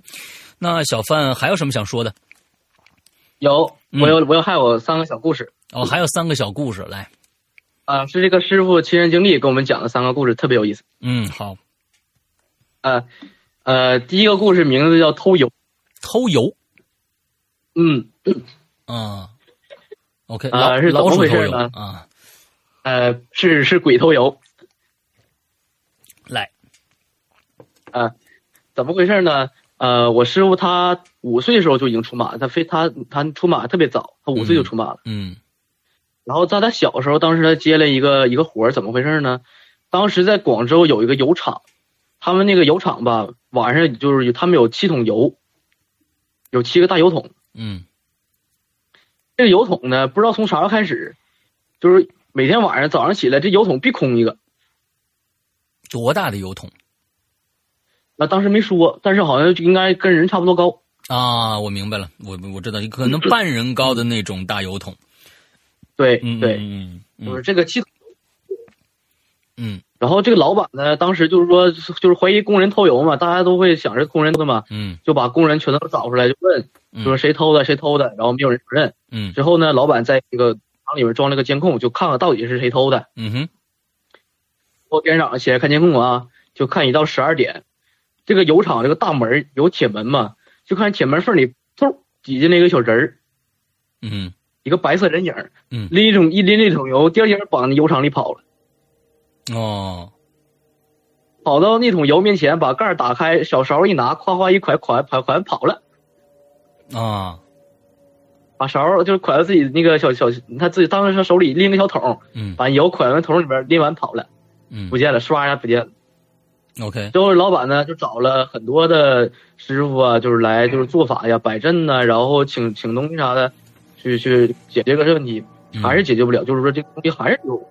那小范还有什么想说的？
有，
嗯
我有，我有，还有三个小故事
哦，还有三个小故事来。
啊、是这个师傅亲身经历给我们讲的三个故事，特别有意思。
嗯，好，
呃，呃，第一个故事名字叫偷油。
偷油
嗯，
啊、OK，
啊
老、
是怎
老
么
鼠
回
偷
事
油
呢
啊，
呃，是是鬼偷油。
来，
怎么回事呢？呃，我师傅他五岁的时候就已经出马了，他非他他出马特别早，他五岁就出马了。
嗯
然后在他小时候，当时他接了一个一个活儿，怎么回事呢？当时在广州有一个油厂，他们那个油厂吧，晚上就是他们有七桶油，有七个大油桶。
嗯
这个油桶呢，不知道从啥时候开始，就是每天晚上早上起来，这油桶必空一个。
多大的油桶
那当时没说，但是好像就应该跟人差不多高。
啊？我明白了，我我知道，可能半人高的那种大油桶。
对
嗯，
对，
嗯嗯
就是
嗯
这个七桶。
嗯
然后这个老板呢，当时就是说，就是怀疑工人偷油嘛，大家都会想是工人偷的嘛，
嗯
就把工人全都找出来，就问，就说
嗯
谁偷的，谁偷的，然后没有人承认。
嗯
之后呢，老板在这个厂里面装了个监控，就看看到底是谁偷的。
嗯哼
我第二天早上起来看监控啊，就看一到十二点，这个油厂这个大门有铁门嘛，就看铁门缝里嗖挤进来一个小人儿，
嗯
一个白色人影儿，
嗯
拎一桶一拎一桶油，第二天往那油厂里跑了，
哦
跑到那桶油面前，把盖儿打开，小勺一拿，夸夸一㧟㧟㧟㧟跑了。
啊
把勺就是㧟到自己那个小小，他自己当时他手里拎个小桶，
嗯
把油㧟到桶里边，拎完跑了，
嗯
不见了，唰一下不见了。
OK
最后老板呢就找了很多的师傅啊，就是来就是做法呀、摆阵呐、然后请请东西啥的，去去解决个这问题，还是解决不了，就是说这个东西还是有。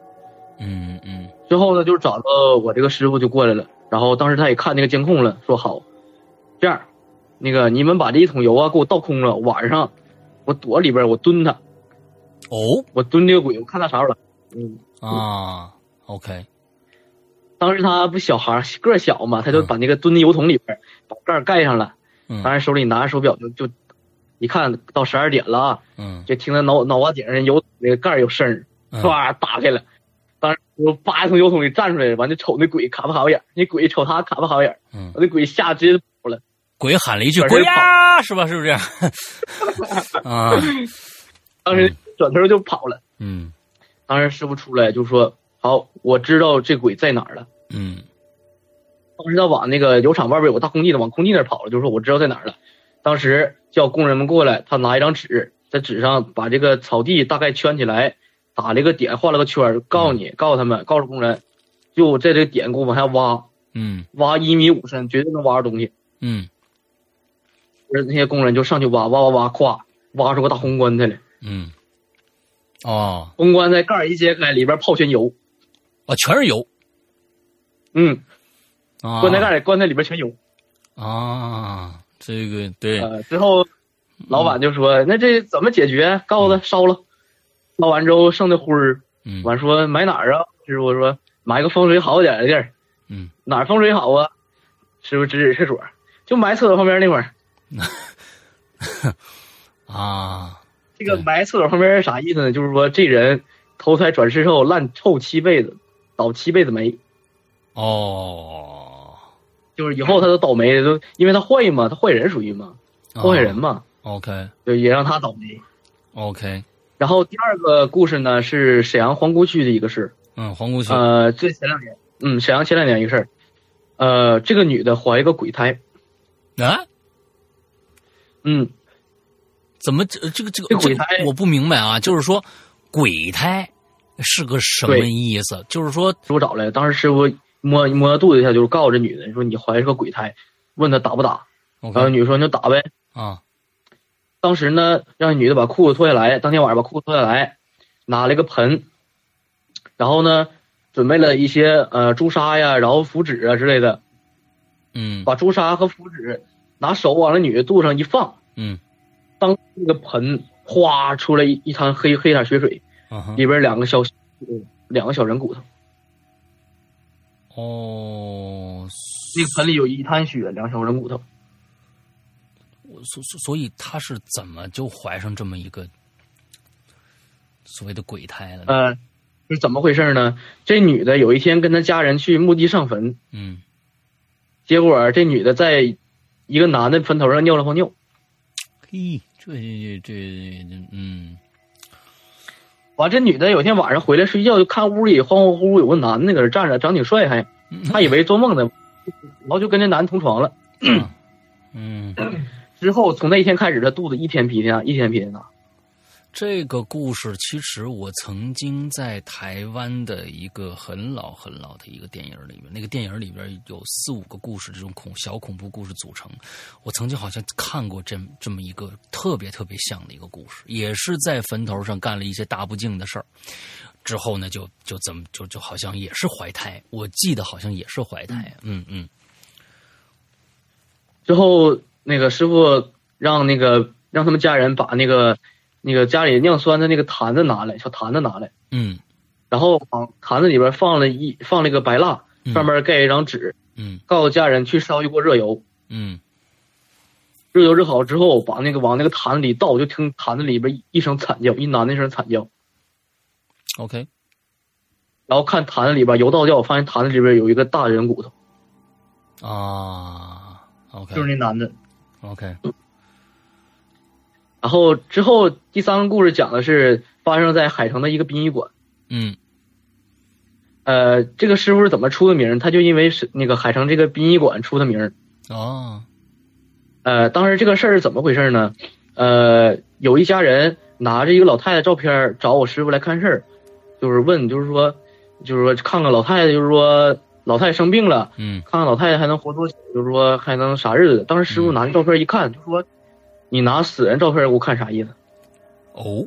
嗯嗯
最后呢，就是找到我这个师傅就过来了，然后当时他也看那个监控了，说好，这样，那个你们把这一桶油啊给我倒空了，晚上我躲里边，我蹲他，
哦
我蹲这个鬼，我看他啥时候来。嗯，
啊 OK
当时他不小孩儿个儿小嘛，他就把那个蹲在油桶里边，把盖儿盖上了。
嗯
当时手里拿着手表就就，一看到十二点了啊，
嗯
就听到脑脑瓜顶上有那个盖儿有声儿，
嗯
唰打开了，当时我叭从油桶里站出来，完就瞅那鬼卡不卡巴眼儿，那鬼瞅他卡不卡巴眼儿，
嗯
我那鬼吓直接跑了。
鬼喊了一句
转身
鬼呀是吧是不是这样 啊
当时转头就跑了。
嗯
当时师傅出来就说：“好，我知道这鬼在哪儿了。
嗯”
当时他往那个油厂外边有个大空地呢，往空地那儿跑了，就说：“我知道在哪儿了。”当时叫工人们过来，他拿一张纸，在纸上把这个草地大概圈起来，打了一个点，画了个圈儿，告诉你，告诉他们，告诉工人，就在这个点给我往下挖，
嗯
挖一米五深，绝对能挖着东西。
嗯
就是那些工人就上去挖，挖挖挖，咵，挖出个大红棺材来。
嗯哦
红棺材盖儿一揭开，里边泡全油，
哦全是油
嗯，
啊
棺材盖儿棺材里边全油。
啊这个对
呃，之后老板就说：“那这怎么解决？告诉他烧了，烧完之后剩的灰儿，
嗯
完说埋哪儿啊？”师傅说：“埋个风水好点的地儿。”
嗯，
哪儿风水好啊？师傅指指厕所，就埋厕所旁边那块儿。
啊
这个
对
埋厕所旁边是啥意思呢？就是说这人投胎转世后烂臭七辈子，倒七辈子霉，
哦
就是以后他都倒霉，都因为他坏嘛，他坏人属于嘛，
哦
坏人嘛，
OK
就也让他倒霉。
OK
然后第二个故事呢是沈阳皇姑区的一个事儿。
嗯皇姑区
呃，这前两年，嗯，沈阳前两年一个事儿，呃，这个女的怀一个鬼胎，
啊。
嗯，
怎么这这个这
这
个
鬼
这个
胎
我不明白啊，就是说鬼胎是个什么
对
意思？就是说，
师傅找来，当时师傅摸摸肚子一下，就是告诉这女的，说你怀的是个鬼胎，问她打不打，
我
然后
看
呃女的说那就打呗。
啊，
当时呢，让女的把裤子脱下来，当天晚上把裤子脱下来，拿了一个盆，然后呢，准备了一些呃朱砂呀，然后符纸啊之类的，
嗯
把朱砂和符纸拿手往那女的肚子上一放，
嗯
当那个盆哗出来一一滩黑黑色血水，
啊哈
里边两个小嗯两个小人骨头，
哦，
那个盆里有一滩血，两个小人骨头。
所所所以他是怎么就怀上这么一个所谓的鬼胎了呢？
呃，是怎么回事呢？这女的有一天跟她家人去墓地上坟，
嗯，
结果这女的在一个男的坟头上尿了泡尿，
嘿，这这这嗯
完这女的有一天晚上回来睡觉，就看屋里恍恍惚惚有个男的搁这站着，长挺帅还，她
哎
以为做梦呢，然后就跟这男的同床了。
嗯，
之后从那一天开始，她肚子一天比一天大，一天比一天大。
这个故事其实我曾经在台湾的一个很老很老的一个电影里面，那个电影里边有四五个故事，这种恐小恐怖故事组成。我曾经好像看过这这么一个特别特别像的一个故事，也是在坟头上干了一些大不敬的事儿，之后呢就就怎么就就好像也是怀胎，我记得好像也是怀胎，嗯嗯
之后那个师傅让那个让他们家人把那个那个家里酿酸的那个坛子拿来，小坛子拿来。
嗯
然后往坛子里边放了一放了一个白蜡，
嗯
上面盖一张纸，
嗯
告诉家人去烧一锅热油，
嗯
热油热好之后，把那个往那个坛子里倒，就听坛子里边一声惨叫，一男的一声惨叫，
，OK，
然后看坛子里边油倒掉，发现坛子里边有一个大人骨头，
啊，OK
就是那男的。
OK，
然后之后第三个故事讲的是发生在海城的一个殡仪馆，
嗯
呃，这个师傅是怎么出的名儿？他就因为是那个海城这个殡仪馆出的名儿。
哦。
呃，当时这个事儿是怎么回事呢？呃，有一家人拿着一个老太太照片儿找我师傅来看事儿，就是问，就是说，就是说看看老太太，就是说老太太生病了，
嗯
看看老太太还能活多久，就是说还能啥日子。当时师傅拿着照片一看，就说你拿死人照片给我看啥意思？
哦，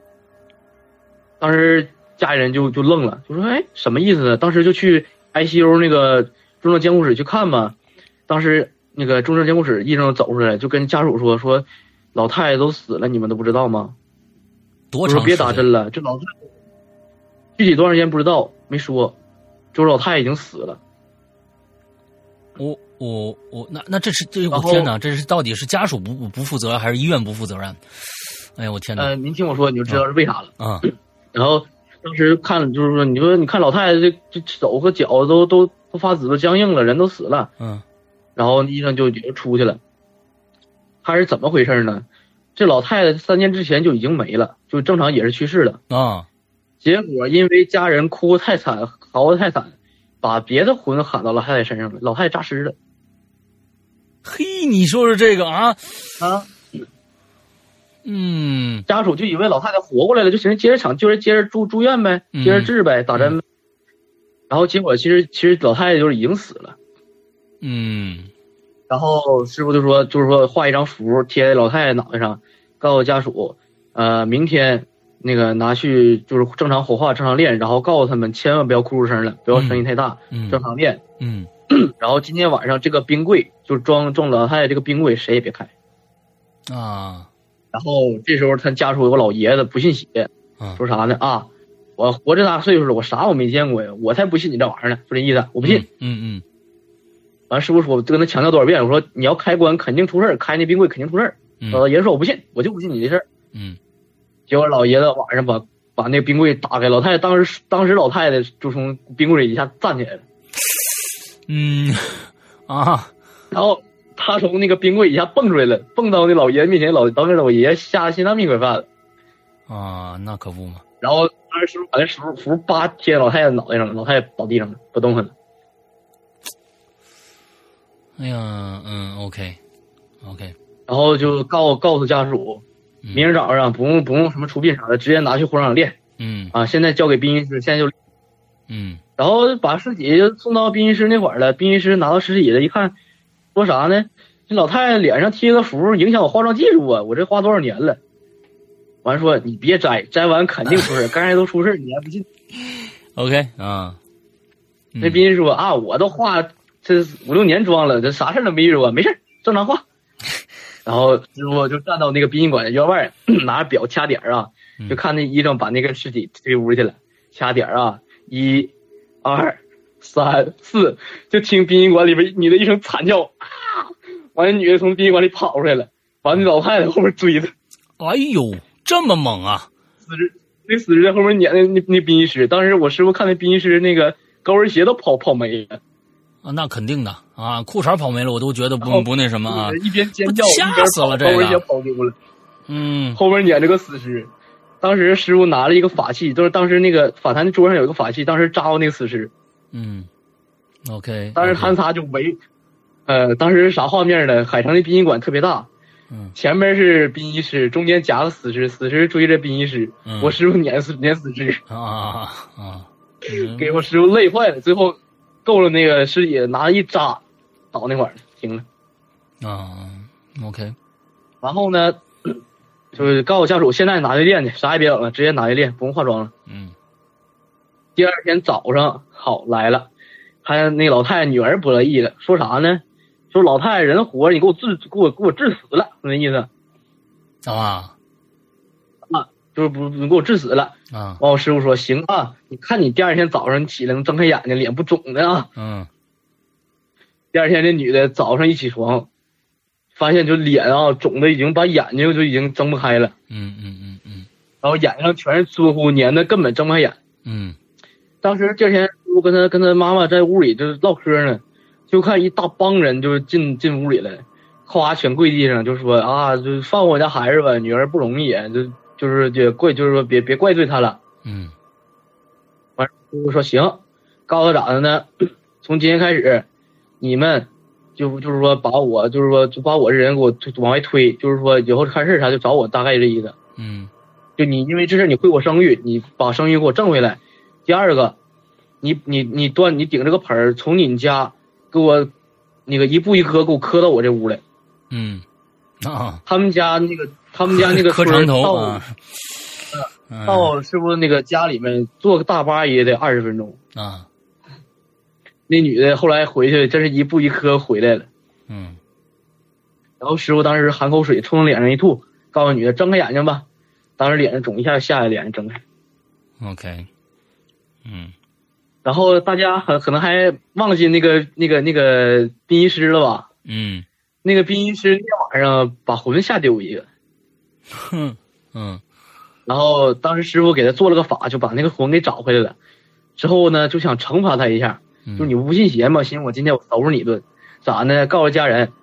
当时家里人就就愣了，就说哎什么意思呢？当时就去 ICU 那个重症监护室去看嘛。当时那个重症监护室医生走出来，就跟家属说说，老太太都死了，你们都不知道吗？
多
我
长
说
时
别
间
打针了，这老太太具体多长时间不知道，没说，就是老太太已经死了。
我我我，那那这是这我
然后
天哪，这是到底是家属不不负责任，还是医院不负责任？哎呀，我天哪！
呃，您听我说，你就知道是为啥了。
啊
然后当时看就是说，你说你看老太太这这手和脚都都都发紫都僵硬了，人都死了。
嗯
然后医生就也就出去了。他是怎么回事呢？这老太太三年之前就已经没了，就正常也是去世了。
啊
结果因为家人哭太惨，嚎得太惨，把别的魂喊到老太太身上了，老太太诈尸了
嘿，你说是这个啊？
啊！
嗯
家属就以为老太太活过来了，就寻思接着抢，就是接着住住院呗，
嗯
接着治呗，打针呗。然后结果其实其实老太太就是已经死了。
嗯
然后师傅就说，就是说画一张符贴在老太太脑袋上，告诉家属，呃，明天那个拿去就是正常火化、正常练，然后告诉他们千万不要哭出声了，不要声音太大，
嗯
正常练。
嗯，
然后今天晚上这个冰柜就是装装老太太这个冰柜谁也别开。
啊
然后这时候他家属有个老爷子不信邪，
啊
说啥呢啊？我活这大岁数了，我啥我没见过呀，我才不信你这玩意儿呢，就这意思，我不信。
嗯嗯
完、师傅说，我就跟他强调多少遍，我说你要开棺肯定出事儿，开那冰柜肯定出事儿。
嗯
老呃爷子说我不信，我就不信你这事儿。
嗯
结果老爷子晚上把把那个冰柜打开，老太太当时当时老太太就从冰柜里一下站起来了，
嗯 啊
然后她从那个冰柜一下蹦出来了，蹦到那老爷子面前，老当时老爷子吓得心脏病快犯了，
啊，那可不嘛。
然后当时师傅把那师傅符叭贴老太太脑袋上了，老太太倒地上了，不动弹了。
哎呀，嗯，OK OK，
然后就告告诉家属，明儿早上不用不用什么出殡啥的，直接拿去火葬场练。
嗯
啊，现在交给殡仪师，现在就
嗯
然后把尸体就送到殡仪师那块儿了。殡仪师拿到尸体了，一看，说啥呢？这老太太脸上贴个符，影响我化妆技术啊！我这花多少年了？完说你别摘，摘完肯定出事儿，刚才都出事儿，你还不信？
，OK 啊，嗯
那殡仪师说啊，我都化这五六年妆了，这啥事儿都没遇着过，啊没事儿，正常化。然后师傅就站到那个殡仪馆的院外，拿着表掐点儿啊，就看那医生把那个尸体推屋去了，掐点儿啊，一、二、三、四，就听殡仪馆里边女的一声惨叫，啊！完，那女的从殡仪馆里跑出来了，完，那老太太后边追她，
哎呦，这么猛啊！
死尸那死尸在后面撵那那那殡仪师，当时我师傅看那殡仪师那个高跟鞋都跑跑没了，
啊，那肯定的啊，裤衩跑没了，我都觉得
然
不
后
不那什么啊，
一边尖叫
不
一
吓
边
死了
跑
这个
高跟鞋跑丢了。
嗯
后边撵着个死尸。当时师傅拿了一个法器，就是当时那个法坛桌上有一个法器，当时扎过那个死尸。
嗯，OK，
当时他们仨就围，呃，当时是啥画面呢？海城的殡仪馆特别大，
嗯
前面是殡仪师，中间夹个死尸，死尸追着殡仪师，
嗯
我师傅撵死撵死尸，
啊啊啊啊，嗯
给我师傅累坏了。最后够了那个尸体，拿一扎，倒那块儿了，停了。
啊，OK，
然后呢， 就是告诉家属，现在拿去练去，啥也别整了，直接拿去练，不用化妆了。
嗯
第二天早上，好来了，他那老太太女儿不乐意了，说啥呢？说老太太人活着，你给我治，给我给我治死了，那意思
啊
就是不你给我治死了。
啊
完，我师傅说行啊，你看你第二天早上你起来能睁开眼睛，脸不肿的啊。
嗯
第二天这女的早上一起床，发现就脸啊肿的已经把眼睛就已经睁不开了，
嗯嗯嗯嗯
然后眼上全是疏忽粘的，根本睁不开眼。
嗯
当时第二天，我跟他跟他妈妈在屋里就是唠嗑呢，就看一大帮人就是进进屋里来，哗全跪地上，就说啊，就放我家孩子吧，女儿不容易，啊就就是也怪，就是说别别怪罪她了。
嗯
我说行，告诉他咋的呢？从今天开始，你们就就是说把我就是说就把我这人给我推往外推，就是说以后看事儿啥就找我，大概这意思。
嗯
就你因为这事儿你毁我声誉，你把声誉给我挣回来。第二个，你你你端你顶着个盆儿从你家给我那个一步一磕给我磕到我这屋来。
嗯啊，
他们家那个他们家那个
磕
村儿
长头
到、
啊，嗯
到师傅那个家里面坐个大巴也得二十分钟。
啊
那女的后来回去，真是一步一磕回来了。
嗯
然后师傅当时含口水冲脸上一吐，告诉女的睁开眼睛吧。当时脸上肿一下，下来脸上睁开。
OK，嗯
然后大家很可能还忘记那个那个那个殡仪师了吧？
嗯
那个殡仪师那天晚上把魂吓丢一个，
哼嗯
然后当时师傅给他做了个法，就把那个魂给找回来了。之后呢，就想惩罚他一下，
嗯
就你不信邪嘛，寻思我今天我收拾你一顿，咋呢？告诉家人，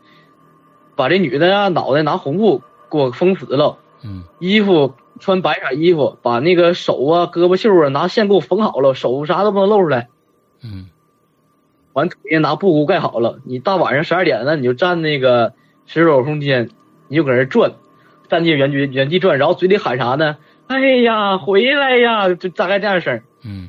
把这女的啊脑袋拿红布给我封死了，
嗯
衣服穿白色衣服，把那个手啊、胳膊袖啊拿线给我缝好了，手啥都不能露出来，
嗯
完腿也拿布给我盖好了。你大晚上十二点了，你就站那个十手空间，你就搁那儿转，站地原地原地转，然后嘴里喊啥呢？哎呀，回来呀！就大概这样声儿。
嗯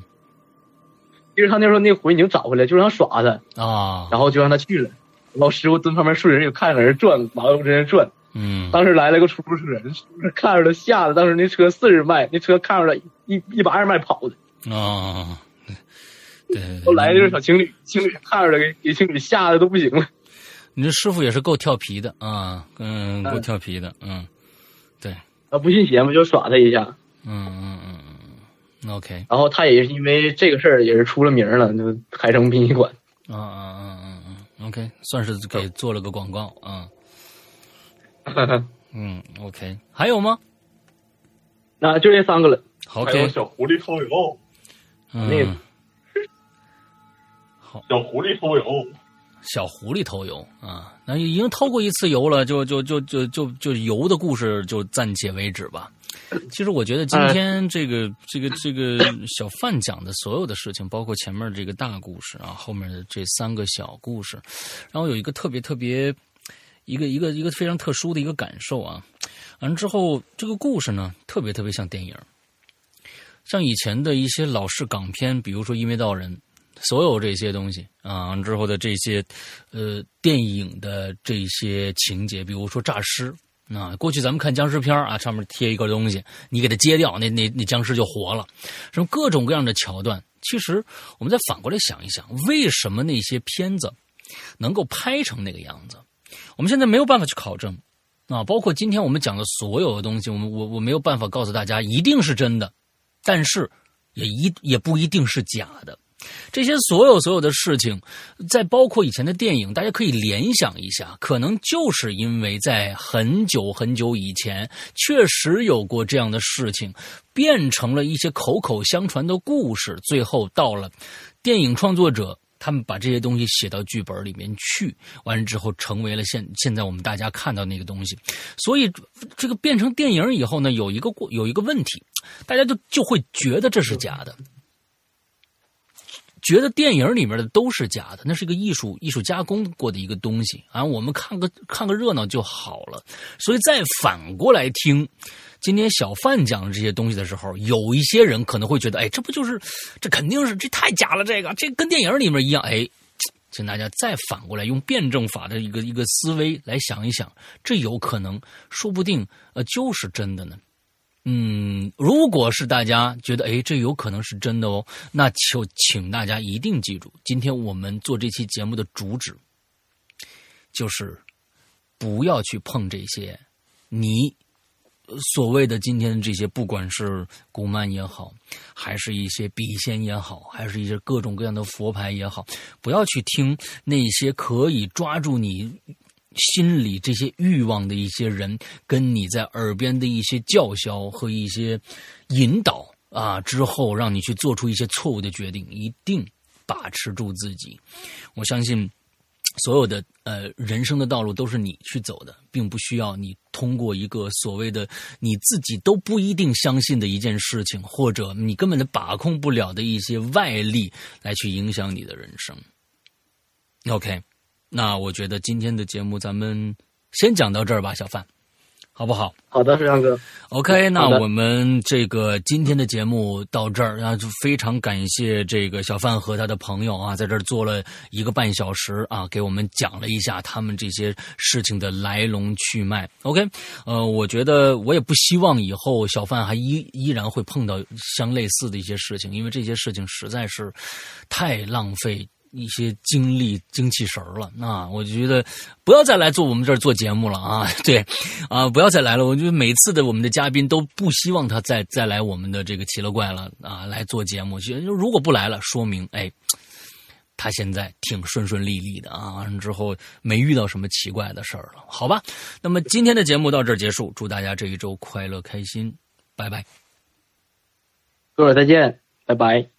其实他那时候那个魂已经找回来，就想耍他，
啊
然后就让他去了。然后师傅蹲旁边树人，就看着搁那儿转，马路中间转。
嗯
当时来了个出租车，出租车看着他吓得，当时那车四十迈，那车看着他一一百二十迈跑的。
啊，对，
后来就是小情侣，情侣看着他给给情侣吓得都不行了。
你这师傅也是够调皮的啊，嗯，够调皮的，嗯，
啊，不信邪嘛，就耍他一下。
嗯嗯嗯嗯，OK，
然后他也是因为这个事儿也是出了名儿了，就海城殡仪馆。
啊啊啊啊啊，OK，算是给做了个广告啊，嗯，OK，还有吗
那就这三个了。
还有
？OK，
小狐狸偷油，
嗯，
小狐狸偷油，
小狐狸偷油啊，那已经偷过一次油了，就就就就就就油的故事就暂且为止吧。其实我觉得今天这个、这个这个小范讲的所有的事情，包括前面这个大故事啊，后面的这三个小故事，然后有一个特别特别一个一个一个非常特殊的一个感受啊。完了之后，这个故事呢，特别特别像电影。像以前的一些老式港片，比如说《一眉道人》，所有这些东西啊，之后的这些呃电影的这些情节，比如说诈尸。啊，过去咱们看僵尸片啊，上面贴一个东西，你给它揭掉，那那那僵尸就活了。什么各种各样的桥段，其实我们再反过来想一想，为什么那些片子能够拍成那个样子？我们现在没有办法去考证啊，包括今天我们讲的所有的东西，我们我我没有办法告诉大家一定是真的，但是也一也不一定是假的。这些所有所有的事情，在包括以前的电影，大家可以联想一下，可能就是因为在很久很久以前，确实有过这样的事情，变成了一些口口相传的故事，最后到了电影创作者。他们把这些东西写到剧本里面去，完了之后成为了现现在我们大家看到那个东西，所以这个变成电影以后呢，有一个过有一个问题，大家就就会觉得这是假的，觉得电影里面的都是假的，那是一个艺术艺术加工过的一个东西啊，我们看个看个热闹就好了。所以再反过来听今天小范讲这些东西的时候，有一些人可能会觉得，哎，这不就是这肯定是这太假了，这个这跟电影里面一样，哎。请大家再反过来用辩证法的一个一个思维来想一想，这有可能，说不定呃就是真的呢。嗯，如果是大家觉得，哎，这有可能是真的哦，那就请大家一定记住，今天我们做这期节目的主旨就是不要去碰这些你呃所谓的今天这些，不管是古曼也好，还是一些笔仙也好，还是一些各种各样的佛牌也好，不要去听那些可以抓住你心里这些欲望的一些人跟你在耳边的一些叫嚣和一些引导啊，之后让你去做出一些错误的决定，一定把持住自己。我相信所有的呃人生的道路都是你去走的，并不需要你通过一个所谓的你自己都不一定相信的一件事情，或者你根本就把控不了的一些外力来去影响你的人生。OK，那我觉得今天的节目咱们先讲到这儿吧，小范，好不好？
好的，石阳哥，
OK，那
好的
我们这个今天的节目到这儿，啊，就非常感谢这个小范和他的朋友啊，在这儿做了一个半小时啊，给我们讲了一下他们这些事情的来龙去脉。OK，呃，我觉得我也不希望以后小范还依依然会碰到相类似的一些事情，因为这些事情实在是太浪费一些精力、精气神儿了。那我觉得不要再来做我们这儿做节目了啊！ 对，啊，不要再来了。我觉得每次的我们的嘉宾都不希望他再再来我们的这个奇了怪了啊来做节目。就如果不来了，说明哎。他现在挺顺顺利利的啊，完了之后没遇到什么奇怪的事儿了，好吧？那么今天的节目到这儿结束，祝大家这一周快乐开心，拜拜。
各位再见，拜拜。